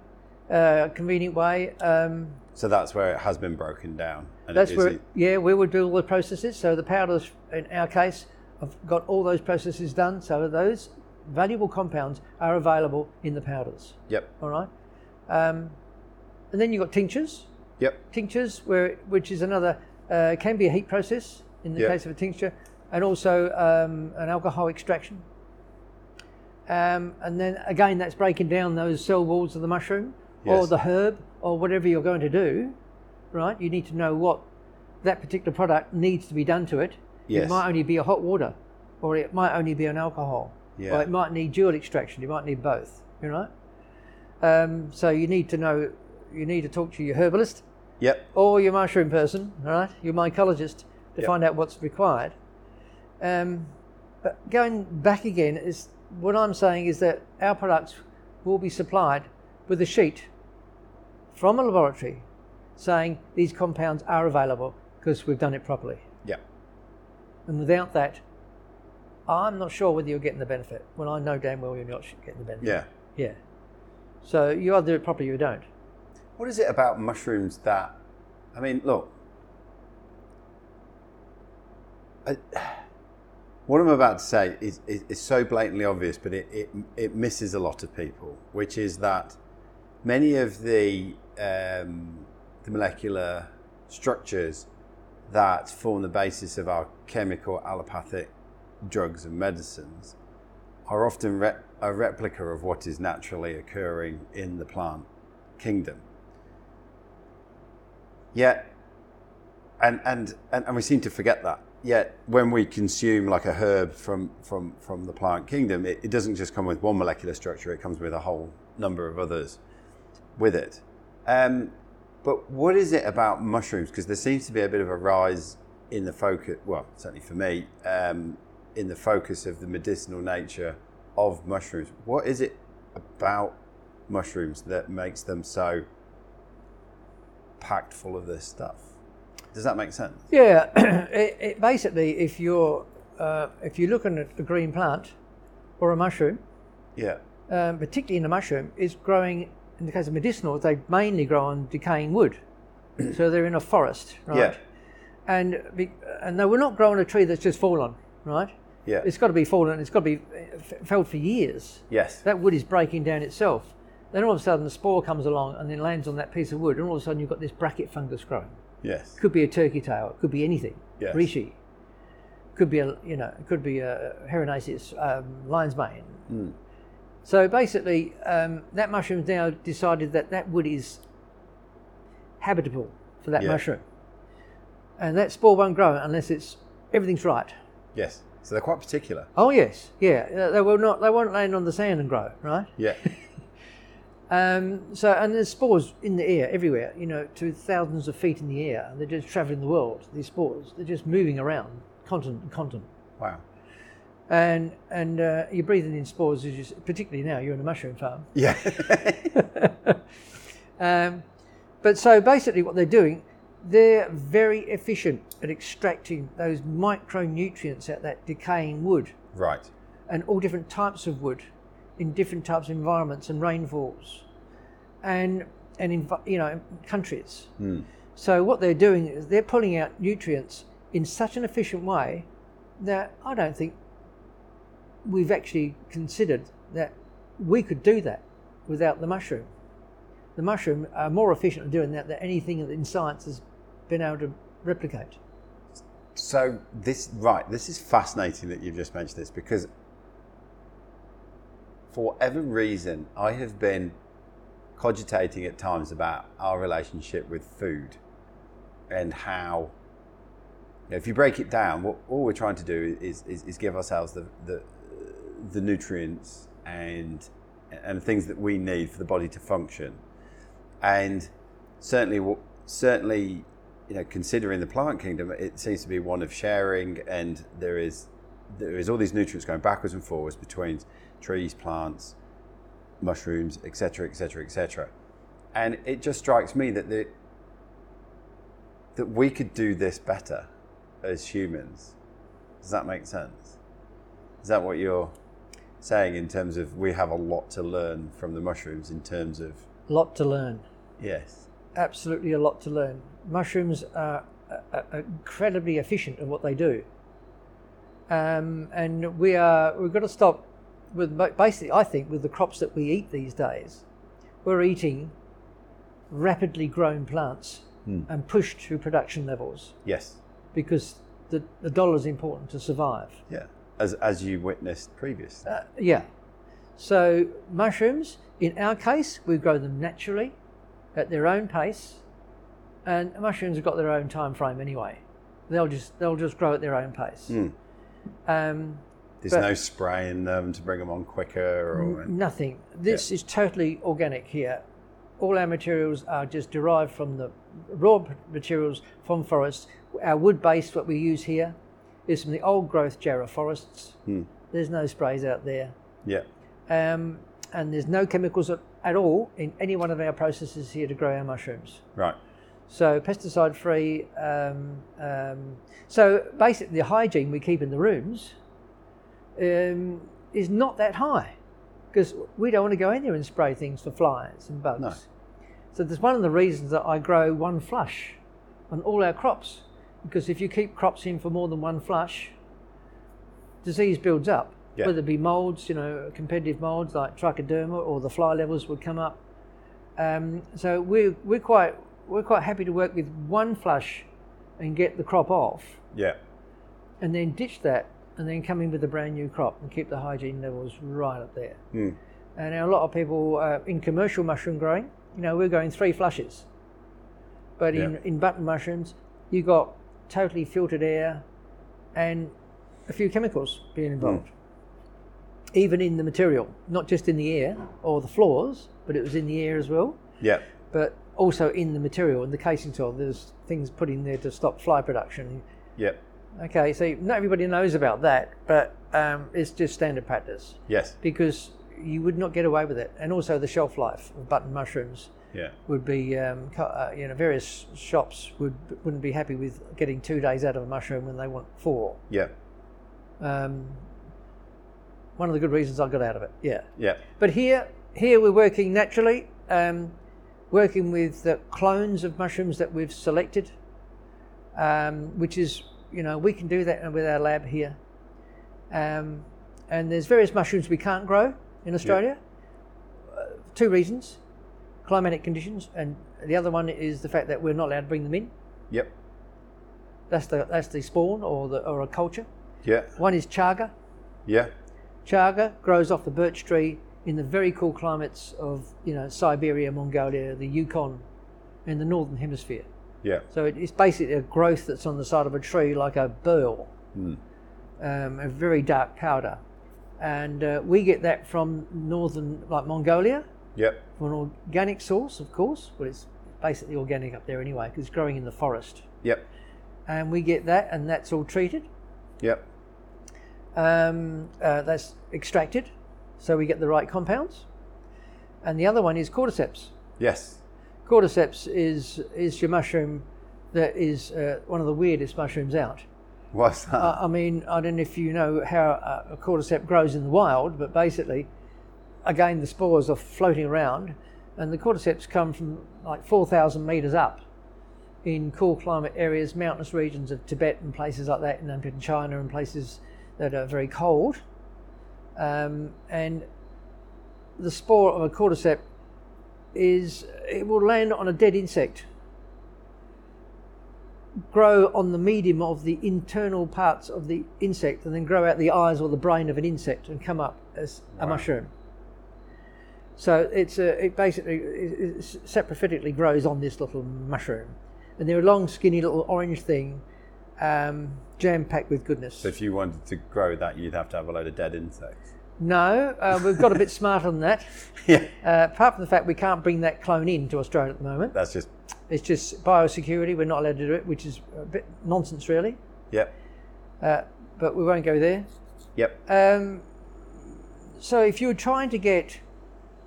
B: uh, convenient way. Um,
A: So that's where it has been broken down. And
B: That's
A: it
B: where,
A: isn't-
B: yeah, we would do all the processes. So the powders, in our case, have got all those processes done. So those valuable compounds are available in the powders.
A: Yep.
B: All right, um, and then you've got tinctures.
A: Yep.
B: Tinctures, where which is another uh, can be a heat process in the
A: Yeah.
B: case of a tincture, and also um, an alcohol extraction. Um, and then again, that's breaking down those cell walls of the mushroom or
A: Yes.
B: the herb or whatever you're going to do, right? You need to know what that particular product needs to be done to it.
A: Yes.
B: It might only be a hot water, or it might only be an alcohol,
A: Yeah.
B: or it might need dual extraction. You might need both. You know. Um, so you need to know. You need to talk to your herbalist
A: Yep.
B: or your mushroom person, all right, your mycologist, to
A: Yep.
B: find out what's required. Um, but going back again is what I'm saying is that our products will be supplied with a sheet from a laboratory saying these compounds are available because we've done it properly.
A: Yep.
B: And without that, I'm not sure whether you're getting the benefit. When I know damn well you're not getting the benefit.
A: Yeah.
B: Yeah. Yeah. So you either do it properly or you don't.
A: What is it about mushrooms that, I mean, look, I, what I'm about to say is, is, is so blatantly obvious, but it, it, it misses a lot of people, which is that many of the, um, the molecular structures that form the basis of our chemical allopathic drugs and medicines are often re- a replica of what is naturally occurring in the plant kingdom. Yet, and, and, and, and we seem to forget that. Yet, when we consume like a herb from, from, from the plant kingdom, it, it doesn't just come with one molecular structure, it comes with a whole number of others with it. Um, but what is it about mushrooms? Because there seems to be a bit of a rise in the focus, well, certainly for me, um, in the focus of the medicinal nature of mushrooms. What is it about mushrooms that makes them so packed full of this stuff? Does that make sense?
B: Yeah, it, it basically, if you're uh, if you're looking at a green plant or a mushroom,
A: Yeah.
B: um, particularly in the mushroom, is growing, in the case of medicinal, they mainly grow on decaying wood. so they're in a forest, right?
A: Yeah.
B: And, be, and they were not growing a tree that's just fallen, right?
A: Yeah.
B: It's got to be fallen, it's got to be uh, f- felled for years.
A: yes.
B: That wood is breaking down itself. Then all of a sudden the spore comes along and then lands on that piece of wood, and all of a sudden you've got this bracket fungus growing.
A: yes.
B: Could be a turkey tail, it could be anything.
A: Yes.
B: Reishi. Could be a you know, it could be a Herinaceous um, lion's mane.
A: Hmm.
B: So basically, um, that mushroom's now decided that that wood is habitable for that
A: Yeah.
B: mushroom, and that spore won't grow unless it's everything's right.
A: Yes. So they're quite particular.
B: Oh yes, yeah, uh, they will not. They won't land on the sand and grow, right?
A: Yeah.
B: Um, so and there's spores in the air everywhere. You know, to thousands of feet in the air, and they're just traveling the world. These spores, they're just moving around continent to continent.
A: wow.
B: And and uh, you're breathing in spores, as you, s- particularly now you're in a mushroom farm.
A: Yeah.
B: Um, but so basically, what they're doing, they're very efficient at extracting those micronutrients out that decaying wood
A: right.
B: and all different types of wood in different types of environments and rainfalls and and in, you know countries. So what they're doing is they're pulling out nutrients in such an efficient way that I don't think we've actually considered that we could do that without the mushroom. The mushroom are more efficient at doing that than anything in science has been able to replicate.
A: So this right, this is fascinating that you've just mentioned this because for whatever reason I have been cogitating at times about our relationship with food and how you know, if you break it down, what all we're trying to do is is, is give ourselves the, the the nutrients and and things that we need for the body to function. And certainly w- certainly you know considering the plant kingdom it seems to be one of sharing and there is there is all these nutrients going backwards and forwards between trees plants mushrooms etc etc etc and it just strikes me that the that we could do this better as humans does that make sense is that what you're saying in terms of we have a lot to learn from the mushrooms in terms of
B: A lot to learn.
A: yes
B: absolutely a lot to learn. Mushrooms are, are, are incredibly efficient at what they do, um, and we are we've got to stop with ba- basically. I think with the crops that we eat these days, we're eating rapidly grown plants and pushed to production levels
A: yes
B: because the, the dollar is important to survive.
A: yeah as as you witnessed previously
B: Uh, yeah. So mushrooms, in our case, we grow them naturally, at their own pace, and mushrooms have got their own time frame anyway. They'll just they'll just grow at their own pace. Um,
A: There's
B: But-
A: no spraying them to bring them on quicker, or
B: nothing. This is totally organic here. All our materials are just derived from the raw p- materials from forests. Our wood base, what we use here, is from the old growth jarrah forests. There's no sprays out there.
A: yeah,
B: um, and there's no chemicals at, at all in any one of our processes here to grow our mushrooms.
A: right,
B: So pesticide free. Um, um, so basically, the hygiene we keep in the rooms um, is not that high because we don't want to go in there and spray things for flies and bugs.
A: No.
B: So that's one of the reasons that I grow one flush on all our crops because if you keep crops in for more than one flush, disease builds up.
A: Yeah.
B: Whether it be molds, you know, competitive molds like trichoderma, or the fly levels would come up. Um, so we're, we're quite we're quite happy to work with one flush and get the crop off,
A: yeah,
B: and then ditch that and then come in with a brand new crop and keep the hygiene levels right up there.
A: Mm.
B: And a lot of people uh, in commercial mushroom growing, you know, we're going three flushes. But in,
A: Yeah.
B: in button mushrooms, you got totally filtered air and a few chemicals being involved. Even in the material, not just in the air or the floors, but it was in the air as well
A: Yeah.
B: but also in the material, in the casing soil, there's things put in there to stop fly production.
A: Yeah.
B: Okay, so not everybody knows about that, but um, it's just standard practice
A: Yes.
B: because you would not get away with it. And also the shelf life of button mushrooms
A: Yeah.
B: would be, um, co- uh, you know, various shops would, wouldn't be happy with getting two days out of a mushroom when they want four.
A: Yeah.
B: Um, one of the good reasons I got out of it, yeah.
A: Yeah.
B: But here, here we're working naturally, um, working with the clones of mushrooms that we've selected, um, which is, you know, we can do that with our lab here. Um, and there's various mushrooms we can't grow in Australia. Uh, two reasons: climatic conditions, and the other one is the fact that we're not allowed to bring them in.
A: Yep.
B: That's the that's the spawn or the or a culture.
A: Yeah.
B: One is chaga,
A: Yeah.
B: Chaga grows off the birch tree in the very cool climates of you know Siberia, Mongolia, the Yukon, and the northern hemisphere.
A: Yeah.
B: So it- it's basically a growth that's on the side of a tree like a burl, um, a very dark powder, and uh, we get that from northern like Mongolia
A: Yep.
B: from an organic source, of course. Well, it's basically organic up there anyway because it's growing in the forest,
A: Yep.
B: and we get that, and that's all treated.
A: Yep.
B: um, uh, that's extracted, so we get the right compounds. And the other one is cordyceps.
A: Yes.
B: Cordyceps is is your mushroom that is uh, one of the weirdest mushrooms out.
A: What's that?
B: I I mean, I don't know if you know how uh, a cordyceps grows in the wild, but basically, again, the spores are floating around, and the cordyceps come from like 4,000 meters up in cool climate areas, mountainous regions of Tibet and places like that, and in China and places that are very cold. Um, and the spore of a cordyceps is it will land on a dead insect grow on the medium of the internal parts of the insect and then grow out the eyes or the brain of an insect and come up as a mushroom. So it's a, it basically it, it saprophytically grows on this little mushroom, and they're a long, skinny little orange thing, um, jam packed with goodness.
A: so if you wanted to grow that, you'd have to have a load of dead insects.
B: no, uh, we've got a bit smarter than that.
A: Yeah.
B: Uh, apart from the fact we can't bring that clone in to Australia at the moment,
A: That's just.
B: it's just biosecurity. We're not allowed to do it, which is a bit nonsense, really.
A: Yep.
B: But we won't go there.
A: Yep.
B: Um, so if you're trying to get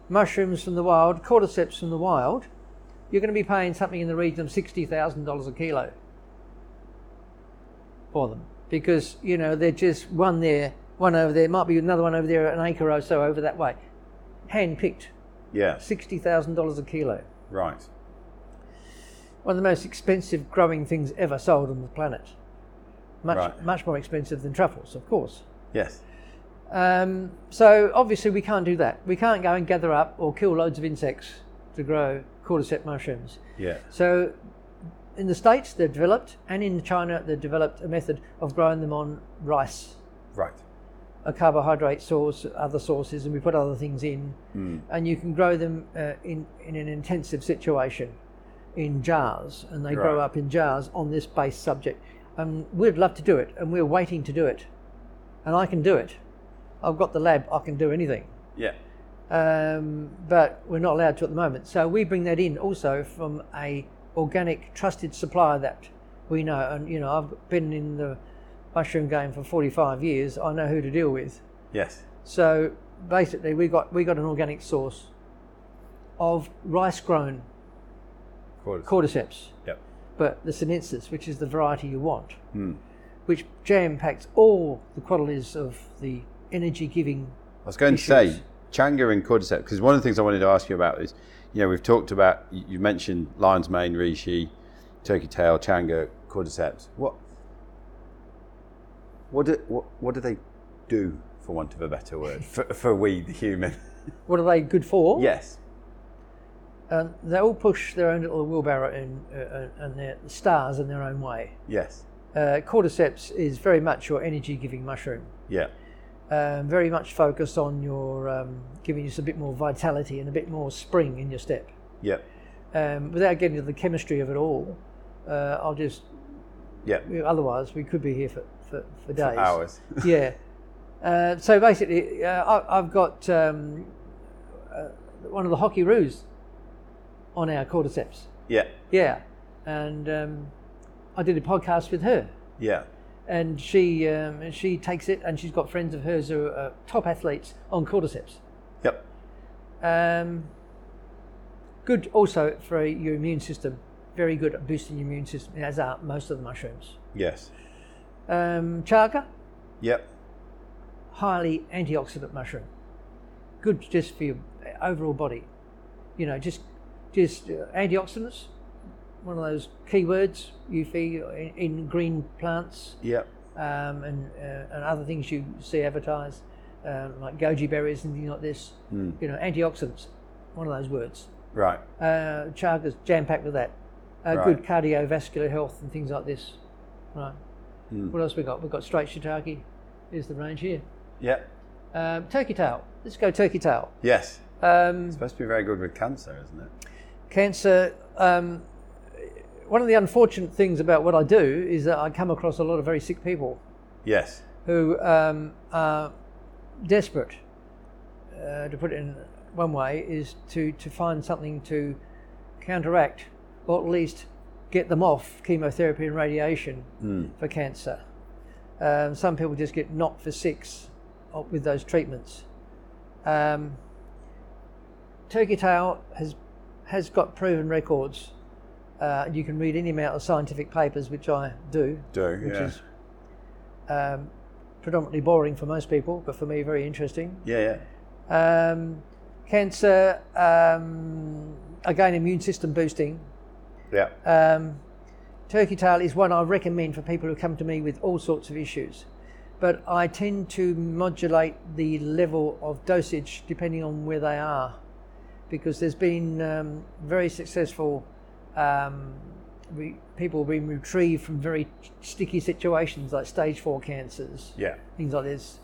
B: mushrooms from the wild, cordyceps from the wild, you're going to be paying something in the region of sixty thousand dollars a kilo for them because you know they're just one there, one over there, might be another one over there, an acre or so over that way, hand picked,
A: yeah.
B: sixty thousand dollars a kilo.
A: Right.
B: One of the most expensive growing things ever sold on the planet. Much,
A: Right.
B: much more expensive than truffles, of course.
A: Yes.
B: Um, so obviously we can't do that. We can't go and gather up or kill loads of insects to grow cordyceps mushrooms.
A: Yeah.
B: So in the States they've developed, and in China they've developed a method of growing them on rice,
A: Right.
B: a carbohydrate source, other sources, and we put other things in, and you can grow them uh, in in an intensive situation, in jars, and they grow
A: Right.
B: up in jars on this base subject. And we'd love to do it, and we're waiting to do it, and I can do it. I've got the lab; I can do anything
A: Yeah.
B: um, but we're not allowed to at the moment. So we bring that in also from a organic trusted supplier that we know. And you know, I've been in the mushroom game for 45 years. I know who to deal with.
A: Yes.
B: So basically, we got we got an organic source of rice grown
A: Quarters.
B: cordyceps,
A: Yep.
B: but the sinensis, which is the variety you want, which jam packs all the qualities of the energy giving
A: I was going to say Changa and cordyceps because one of the things I wanted to ask you about is, you know, we've talked about you you mentioned lion's mane, reishi, turkey tail, Changa, cordyceps. What? What do what, what do they do, for want of a better word, for, for we the human?
B: what are they good for?
A: Yes.
B: and they all push their own little wheelbarrow in, uh, uh, and their stars in their own way.
A: Yes.
B: uh, cordyceps is very much your energy giving mushroom.
A: Yeah.
B: Um, very much focused on your um, giving you a bit more vitality and a bit more spring in your step.
A: Yeah.
B: Um, without getting into the chemistry of it all, uh, I'll just
A: Yeah.
B: otherwise we could be here for, for, for days.
A: Hours.
B: yeah. Uh, so basically, uh, I, I've got um, uh, one of the hockey roos on our cordyceps.
A: Yeah.
B: Yeah, and um, I did a podcast with her,
A: Yeah.
B: and she um, she takes it, and she's got friends of hers who are uh, top athletes on cordyceps.
A: Yep.
B: Um, good also for your immune system. Very good at boosting your immune system, as are most of the mushrooms.
A: Yes.
B: Um, chaga,
A: Yep.
B: highly antioxidant mushroom. Good just for your overall body. You know, just just uh, antioxidants. One of those key words you see in, in green plants
A: Yep.
B: um, and uh, and other things you see advertised, um, like goji berries and things like this. You know, antioxidants. One of those words.
A: Right.
B: Uh, Chaga's jam packed with that. Uh,
A: Right.
B: Good cardiovascular health and things like this. Right. What else we got? We've got straight shiitake. Is the range here?
A: Yep.
B: Um, turkey tail. Let's go turkey tail.
A: Yes.
B: Um,
A: Supposed to be very good with cancer, isn't it?
B: cancer. Um, one of the unfortunate things about what I do is that I come across a lot of very sick people
A: Yes.
B: who um, are desperate, uh, to put it in one way, is to, to find something to counteract or at least get them off chemotherapy and radiation for cancer. Um, some people just get knocked for six o- with those treatments. Um, Turkey tail has has got proven records. Uh, you can read any amount of scientific papers, which I do,
A: Do.
B: which
A: yeah.
B: is um, predominantly boring for most people, but for me, very interesting.
A: yeah. Yeah.
B: Um, cancer, um, again, immune system boosting.
A: Yeah.
B: Um, turkey tail is one I recommend for people who come to me with all sorts of issues, but I tend to modulate the level of dosage depending on where they are, because there's been um, very successful. Um, re- people being retrieved from very sticky situations like stage four cancers
A: yeah.
B: things like this.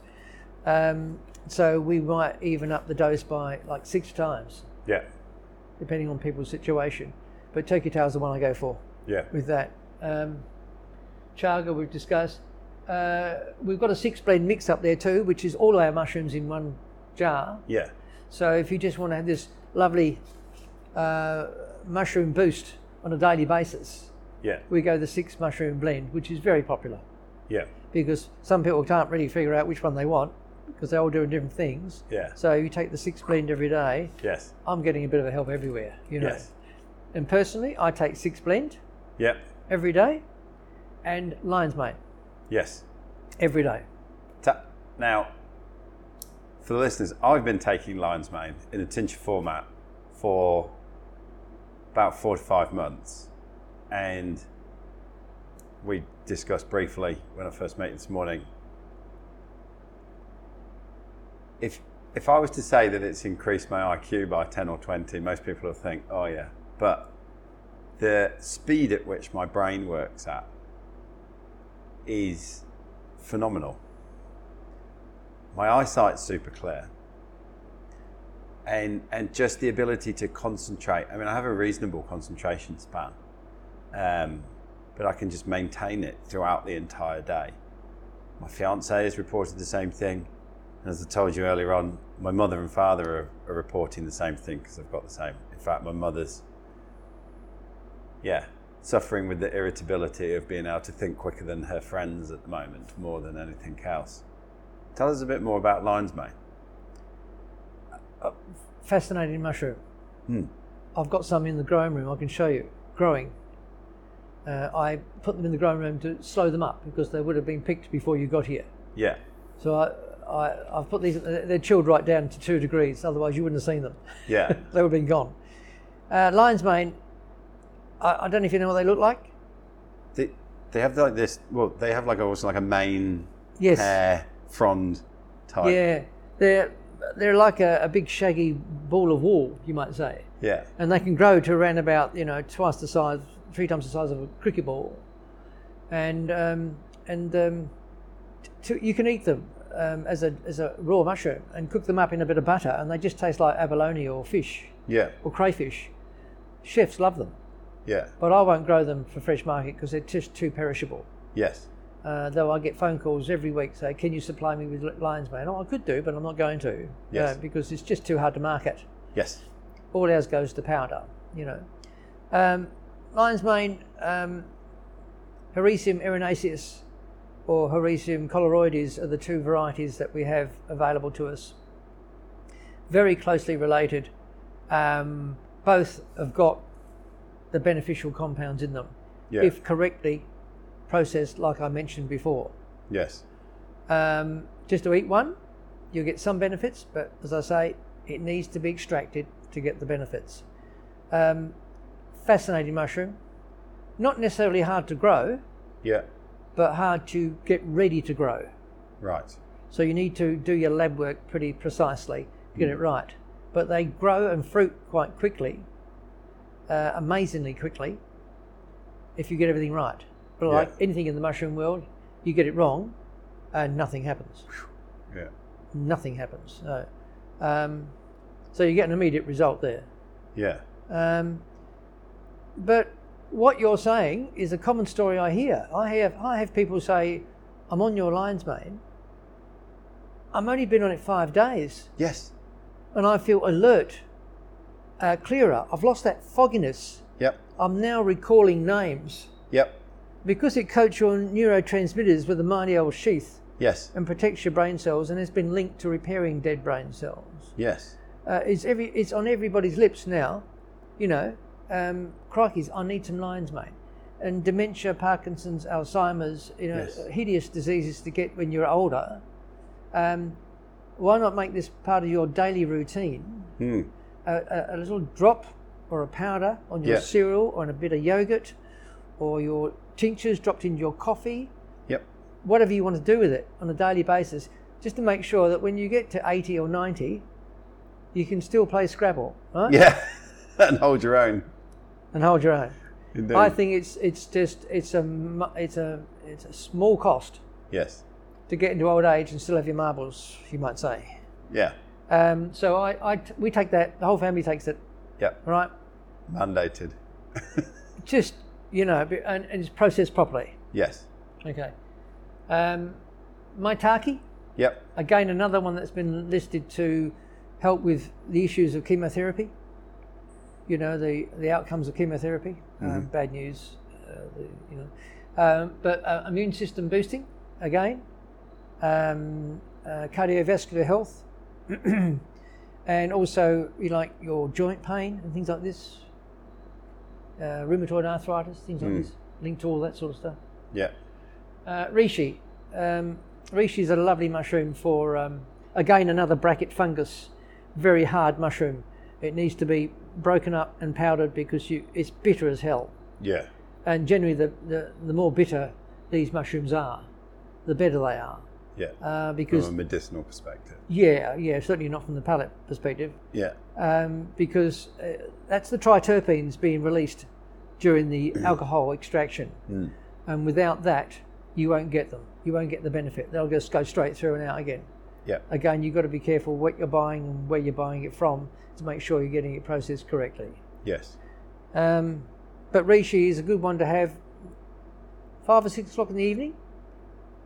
B: Um, so we might even up the dose by like six times,
A: Yeah.
B: depending on people's situation. But turkey tail's the one I go for
A: Yeah.
B: with that. Um, chaga we've discussed. Uh, we've got a six blend mix up there too, which is all our mushrooms in one jar.
A: Yeah.
B: So if you just want to have this lovely uh, mushroom boost on a daily basis,
A: Yeah.
B: we go the six mushroom blend, which is very popular
A: Yeah.
B: because some people can't really figure out which one they want because they're all doing different things.
A: Yeah.
B: So you take the six blend every day.
A: Yes.
B: I'm getting a bit of a help everywhere, you know.
A: Yes.
B: And personally, I take six blend
A: Yep.
B: every day, and lion's mane
A: Yes.
B: every day.
A: Ta- now, for the listeners, I've been taking lion's mane in a tincture format for about four to five months, and we discussed briefly when I first met you this morning. If if I was to say that it's increased my IQ by ten or twenty, most people will think, "Oh yeah," but the speed at which my brain works at is phenomenal my eyesight's super clear and and just the ability to concentrate i mean i have a reasonable concentration span um, but i can just maintain it throughout the entire day my fiance has reported the same thing and as i told you earlier on my mother and father are, are reporting the same thing because i've got the same in fact my mother's yeah suffering with the irritability of being able to think quicker than her friends at the moment more than anything else Tell us a bit more about Lion's Mane.
B: Fascinating mushroom.
A: Hmm.
B: I've got some in the growing room. I can show you growing. Uh, I put them in the growing room to slow them up because they would have been picked before you got here.
A: Yeah,
B: So I, I, I've put these. They're chilled right down to two degrees. Otherwise, you wouldn't have seen them.
A: yeah,
B: they would have been gone. Uh, lion's mane, I, I don't know if you know what they look like.
A: they they have like this. Well, they have like almost like a mane
B: Yes.
A: hair frond type.
B: Yeah. They're, they're like a, a big shaggy ball of wool, you might say.
A: yeah,
B: And they can grow to around about, you know, twice the size, three times the size of a cricket ball. and um, and um, to, you can eat them um, as a as a raw mushroom and cook them up in a bit of butter, and they just taste like abalone or fish
A: Yeah.
B: or crayfish. Chefs love them,
A: Yeah.
B: but I won't grow them for fresh market because they're just too perishable.
A: Yes.
B: Uh, though I get phone calls every week saying, "Can you supply me with li- lion's mane?" Oh, I could do, but I'm not going to. you
A: Yes.
B: know, because it's just too hard to market.
A: Yes.
B: all ours goes to powder, you know. Um, lion's mane, um, Hericium erinaceus or Hericium coloroides are the two varieties that we have available to us. Very closely related. Um, both have got the beneficial compounds in them
A: Yeah.
B: if correctly processed, like I mentioned before.
A: yes.
B: Um, just to eat one, you'll get some benefits, but as I say, it needs to be extracted to get the benefits. Um, fascinating mushroom. Not necessarily hard to grow,
A: Yeah.
B: but hard to get ready to grow.
A: Right.
B: So you need to do your lab work pretty precisely to get it right. But they grow and fruit quite quickly, uh, amazingly quickly, if you get everything right. But
A: Yeah.
B: like anything in the mushroom world, you get it wrong and nothing happens
A: Yeah.
B: nothing happens. No. Um, so you get an immediate result there.
A: Yeah.
B: Um, but what you're saying is a common story I hear. I have I have people say, "I'm on your lines, mate. I've only been on it five days,
A: Yes.
B: and I feel alert, uh, clearer. I've lost that fogginess.
A: Yep.
B: I'm now recalling names
A: Yep.
B: because it coats your neurotransmitters with a mighty old sheath
A: Yes.
B: and protects your brain cells, and has been linked to repairing dead brain cells."
A: Yes.
B: uh, it's every it's on everybody's lips now. You know, um, crikey's, I need some lines, mate. And dementia, Parkinson's, Alzheimer's, you know, uh,
A: Yes.
B: hideous diseases to get when you're older. Um, why not make this part of your daily routine?
A: Hmm.
B: A, a, a little drop or a powder on your
A: Yeah.
B: cereal or on a bit of yogurt or your tinctures dropped into your coffee
A: Yep.
B: whatever you want to do with it on a daily basis, just to make sure that when you get to 80 or 90, you can still play Scrabble, right?
A: Yeah. and hold your own.
B: And hold your own.
A: Indeed.
B: I think it's it's just it's a mu- it's a it's a small cost
A: Yes.
B: to get into old age and still have your marbles, you might say.
A: Yeah.
B: Um, so I, I t- we take that. The whole family takes it,
A: Yep.
B: all right?
A: Mandated.
B: Just you know, be- and, and it's processed properly.
A: Yes.
B: Okay. Um, maitake.
A: Yep.
B: Again, another one that's been listed to help with the issues of chemotherapy. You know, the, the outcomes of chemotherapy, um, bad news, uh, the, you know. Um, but uh, immune system boosting, again, um, uh, cardiovascular health, and also you like your joint pain and things like this, uh, rheumatoid arthritis, things like this, linked to all that sort of stuff.
A: Yep.
B: Uh, reishi. Um, reishi is a lovely mushroom for, um, again, another bracket fungus. Very hard mushroom. It needs to be broken up and powdered because you, it's bitter as hell.
A: Yeah.
B: And generally, the, the, the more bitter these mushrooms are, the better they are.
A: Yeah.
B: Uh,
A: From
B: because,
A: a medicinal perspective.
B: yeah, yeah, certainly not from the palate perspective,
A: Yeah.
B: um, because uh, that's the triterpenes being released during the alcohol extraction. And without that, you won't get them. You won't get the benefit. They'll just go straight through and out again.
A: Yeah.
B: Again, you've got to be careful what you're buying and where you're buying it from to make sure you're getting it processed correctly.
A: Yes.
B: Um, but reishi is a good one to have five or six o'clock in the evening.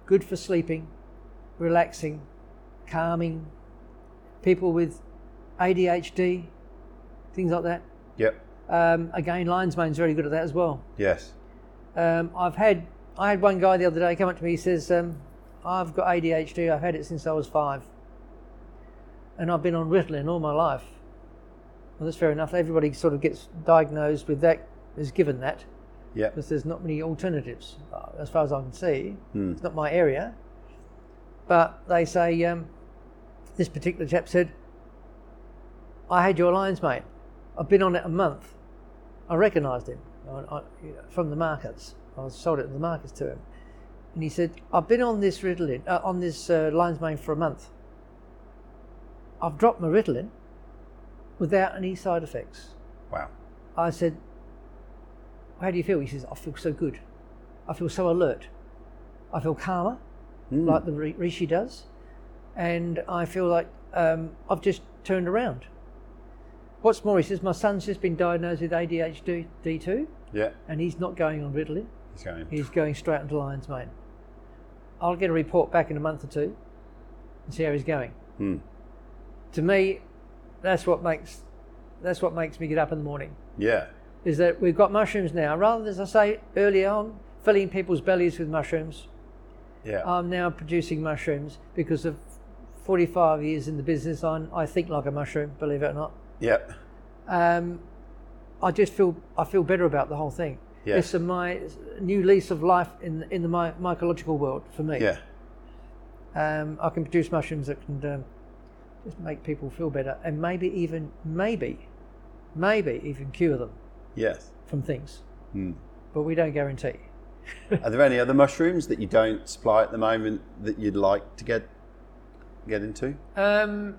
B: Good for sleeping, relaxing, calming. People with ADHD, things like that.
A: Yep.
B: Um, again, lion's mane's very good at that as well.
A: Yes.
B: Um, I've had I had one guy the other day come up to me. He says, um, "I've got ADHD. I've had it since I was five, and I've been on Ritalin all my life." Well, that's fair enough. Everybody sort of gets diagnosed with that, is given that,
A: Yep.
B: because there's not many alternatives, uh, as far as I can see. It's not my area, but they say um, this particular chap said, "I had your lines, mate. I've been on it a month. I recognised him I, I, you know, from the markets. I sold it at the markets to him, and he said, "I've been on this Ritalin, uh, on this uh, lion's mane for a month. I've dropped my Ritalin without any side effects."
A: Wow.
B: I said, "How do you feel?" He says, "I feel so good." I feel so alert. I feel calmer, like the ri- rishi does, and I feel like um, I've just turned around. What's more, he says my son's just been diagnosed with ADHD D2,
A: Yeah,
B: and he's not going on Ritalin.
A: he's going.
B: He's going straight into Lions Mane. I'll get a report back in a month or two and see how he's going.
A: Hmm.
B: To me, that's what makes that's what makes me get up in the morning.
A: Yeah,
B: Is that we've got mushrooms now. Rather than as I say earlier on, filling people's bellies with mushrooms,
A: yeah,
B: I'm now producing mushrooms because of 45 years in the business. I I think like a mushroom, believe it or not.
A: yeah,
B: Um, I just feel I feel better about the whole thing.
A: Yeah.
B: It's a my new lease of life in in the my, mycological world for me.
A: yeah,
B: Um, I can produce mushrooms that can um, just make people feel better, and maybe even maybe, maybe even cure them
A: yes.
B: from things.
A: Hmm.
B: But we don't guarantee.
A: Are there any other mushrooms that you don't supply at the moment that you'd like to get get into?
B: Um,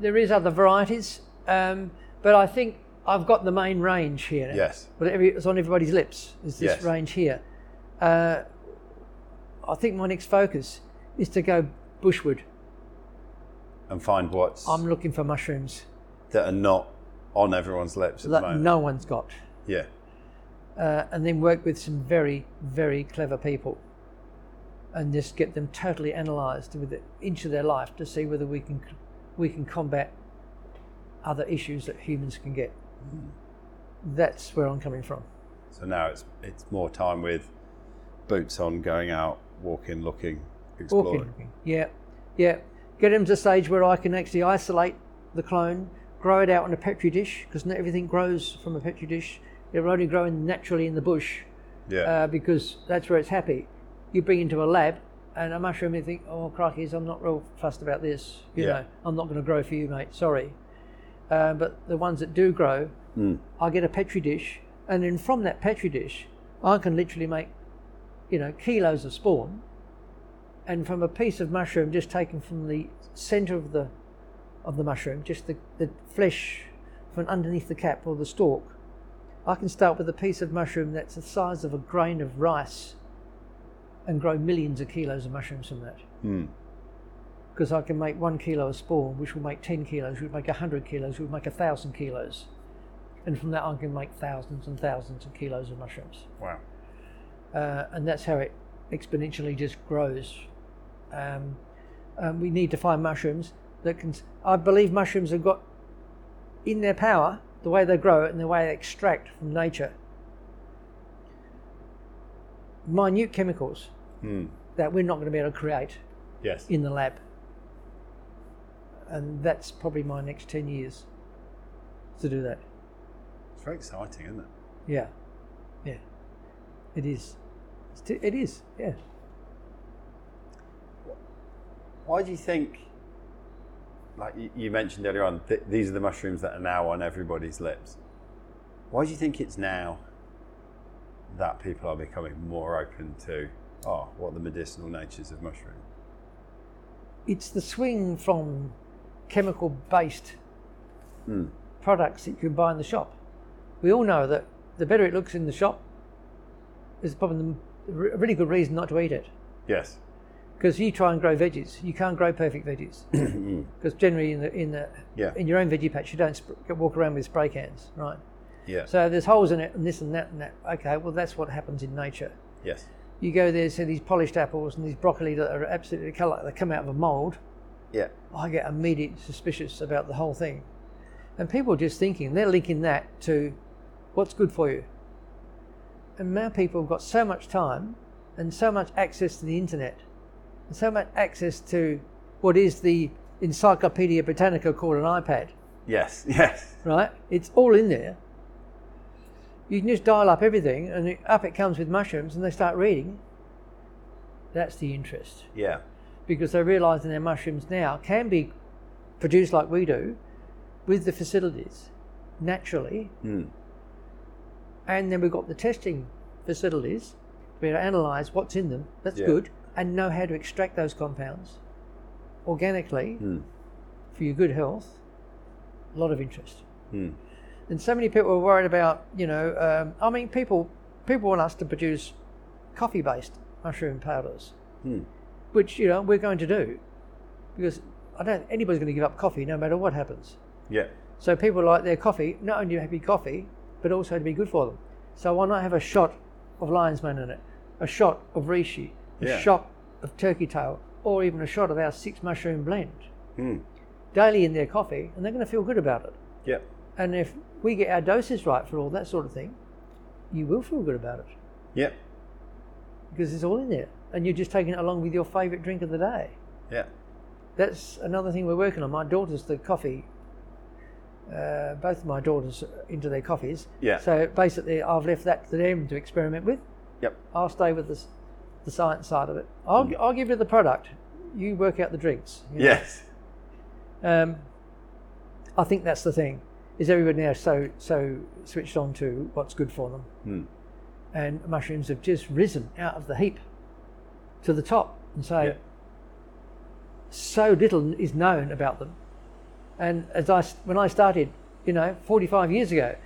B: there is other varieties, um, but I think I've got the main range here. now.
A: Yes.
B: But every, it's on everybody's lips. Is this
A: Yes.
B: range here? Uh, I think my next focus is to go bushward.
A: And find what's
B: I'm looking for mushrooms
A: that are not on everyone's lips at the
B: that
A: moment.
B: no one's got,
A: Yeah,
B: uh, and then work with some very, very clever people, and just get them totally analysed with the inch of their life to see whether we can we can combat other issues that humans can get. That's where I'm coming from.
A: so now it's it's more time with boots on, going out, walking, looking, exploring.
B: Orchid. Yeah, yeah. Get them to a stage where I can actually isolate the clone, grow it out on a petri dish because not everything grows from a petri dish. They're only growing naturally in the bush
A: Yeah,
B: uh, because that's where it's happy. You bring into a lab and a mushroom, you think, oh crikey, I'm not real fussed about this. You
A: Yeah.
B: know, I'm not going to grow for you, mate. Sorry. Uh, but the ones that do grow, I get a petri dish, and then from that petri dish, I can literally make, you know, kilos of spawn. And from a piece of mushroom just taken from the centre of the of the mushroom, just the, the flesh from underneath the cap or the stalk, I can start with a piece of mushroom that's the size of a grain of rice and grow millions of kilos of mushrooms from that.
A: Hmm.
B: Because I can make one kilo of spawn, which will make 10 kilos, which would make 100 kilos, which would make 1,000 kilos. And from that, I can make thousands and thousands of kilos of mushrooms.
A: wow.
B: Uh, and that's how it exponentially just grows. Um, um, we need to find mushrooms that can. I believe mushrooms have got in their power the way they grow and the way they extract from nature minute chemicals that we're not going to be able to create
A: Hmm. Yes.
B: in the lab. And that's probably my next 10 years to do that.
A: It's very exciting, isn't it?
B: Yeah, yeah, it is. It's t- It is, yeah.
A: Why do you think, like you- you mentioned earlier on, th- these are the mushrooms that are now on everybody's lips? Why do you think it's now that people are becoming more open to, oh, what are the medicinal natures of mushroom?
B: It's the swing from chemical based
A: Hmm.
B: products that you can buy in the shop. We all know that the better it looks in the shop is probably the- a really good reason not to eat it.
A: Yes.
B: because you try and grow veggies, you can't grow perfect veggies. Because generally, in the in the
A: Yeah.
B: in your own veggie patch, you don't sp- walk around with spray cans, right?
A: Yeah.
B: So there's holes in it, and this and that and that. Okay, well that's what happens in nature.
A: yes.
B: You go there, see these polished apples and these broccoli that are absolutely colour, they come out of a mould.
A: Yeah.
B: I get immediately suspicious about the whole thing, and people are just thinking they're linking that to what's good for you. And now people have got so much time and so much access to the internet and so much access to what is the Encyclopedia Britannica called an iPad,
A: Yes. Yes.
B: right? It's all in there. You can just dial up everything and it, up it comes with mushrooms and they start reading. That's the interest
A: Yeah.
B: because they're realizing their mushrooms now can be produced like we do with the facilities naturally.
A: Hmm.
B: And then we've got the testing facilities where to analyze what's in them that's
A: Yeah.
B: good and know how to extract those compounds organically
A: Hmm.
B: for your good health. A lot of interest.
A: Hmm.
B: And so many people are worried about, you know, um, I mean, people people want us to produce coffee based mushroom powders, which, you know, we're going to do because I don't, anybody's going to give up coffee no matter what happens.
A: Yeah.
B: So people like their coffee, not only to be coffee, but also to be good for them. So why not have a shot of lion's mane in it, a shot of reishi, a
A: Yeah.
B: shot of turkey tail, or even a shot of our six mushroom blend
A: Hmm.
B: daily in their coffee, and they're going to feel good about it.
A: Yeah.
B: And if we get our doses right for all that sort of thing, you will feel good about it
A: Yeah.
B: because it's all in there, and you're just taking it along with your favourite drink of the day.
A: Yeah.
B: that's another thing we're working on. My daughter's the coffee. Uh, both of my daughters are into their coffees.
A: Yeah.
B: So basically, I've left that to them to experiment with.
A: Yep.
B: I'll stay with this, the science side of it. I'll, I'll give you the product. You work out the drinks. you know.
A: Yes.
B: Um, I think that's the thing. Is everybody now so so switched on to what's good for them?
A: Hmm.
B: And mushrooms have just risen out of the heap to the top, and so
A: Yeah.
B: so little is known about them. And as I s- when I started, you know, 45 years ago,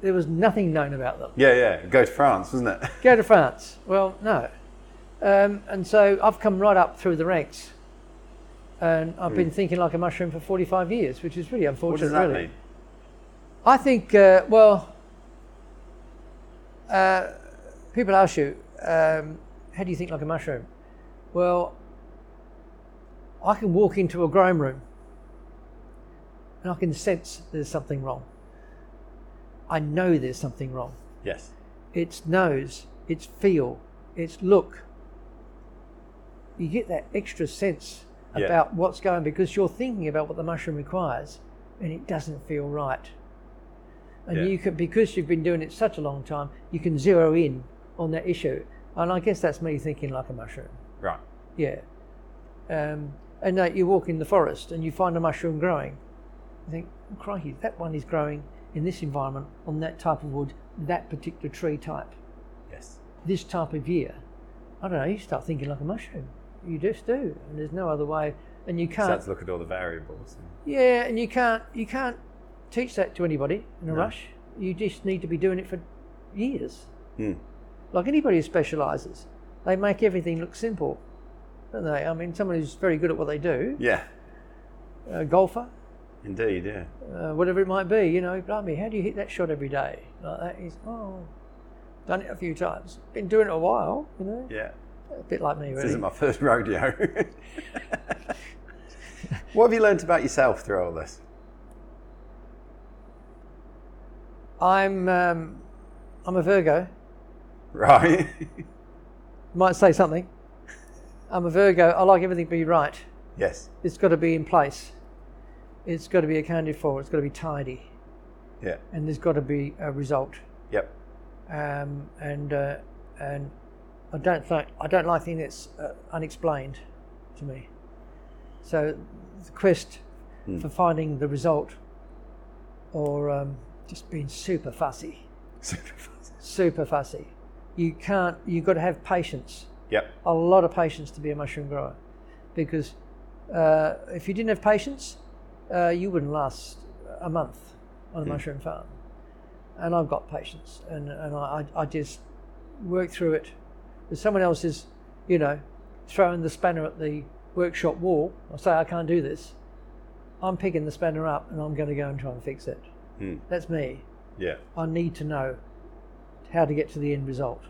B: there was nothing known about them.
A: Yeah. Yeah. Go to France, wasn't it?
B: Go to France. Well, no. Um, and so I've come right up through the ranks. And I've been thinking like a mushroom for 45 years, which is really unfortunate,
A: Hmm. What does that
B: really.
A: mean?
B: I think, uh, well, uh, people ask you, um, how do you think like a mushroom? Well, I can walk into a grime room and I can sense there's something wrong. I know there's something wrong
A: Yes.
B: its nose, its feel, its look. You get that extra sense
A: Yeah.
B: about what's going because you're thinking about what the mushroom requires and it doesn't feel right. And
A: Yeah.
B: you can because you've been doing it such a long time, you can zero in on that issue. And I guess that's me thinking like a mushroom.
A: Right.
B: Yeah. Um, and uh, you walk in the forest and you find a mushroom growing. You think, oh, crikey, that one is growing in this environment on that type of wood, that particular tree type
A: Yes.
B: this type of year, I don't know, you start thinking like a mushroom. You just do, and there's no other way. And you
A: So
B: can't,
A: let's look at all the variables.
B: yeah, and you can't, you can't teach that to anybody in a
A: No.
B: rush. You just need to be doing it for years.
A: Hmm.
B: Like anybody who specialises, they make everything look simple, don't they? I mean, someone who's very good at what they do,
A: Yeah.
B: a golfer,
A: Indeed. Yeah.
B: uh, whatever it might be, you know, blimey, how do you hit that shot every day? Like that is, oh, done it a few times, been doing it a while, you know,
A: Yeah.
B: a bit like me, really.
A: This isn't my first rodeo. what have you learnt about yourself through all this?
B: I'm um, I'm a Virgo.
A: Right.
B: Might say something. I'm a Virgo. I like everything to be right.
A: yes.
B: It's got to be in place. It's got to be accounted for. It's got to be tidy,
A: Yeah.
B: and there's got to be a result.
A: Yep.
B: Um, and uh, and I don't think I don't like things that's uh, unexplained to me. So the quest for finding the result, or um, just being super fussy. super fussy. You can't. You've got to have patience,
A: yep.
B: a lot of patience to be a mushroom grower, because uh, if you didn't have patience, uh, you wouldn't last a month on a mushroom farm. And I've got patience, and, and I, I I just work through it. If someone else is, you know, throwing the spanner at the workshop wall, I say I can't do this. I'm picking the spanner up, and I'm going to go and try and fix it.
A: Hmm.
B: That's me.
A: Yeah.
B: I need to know how to get to the end result.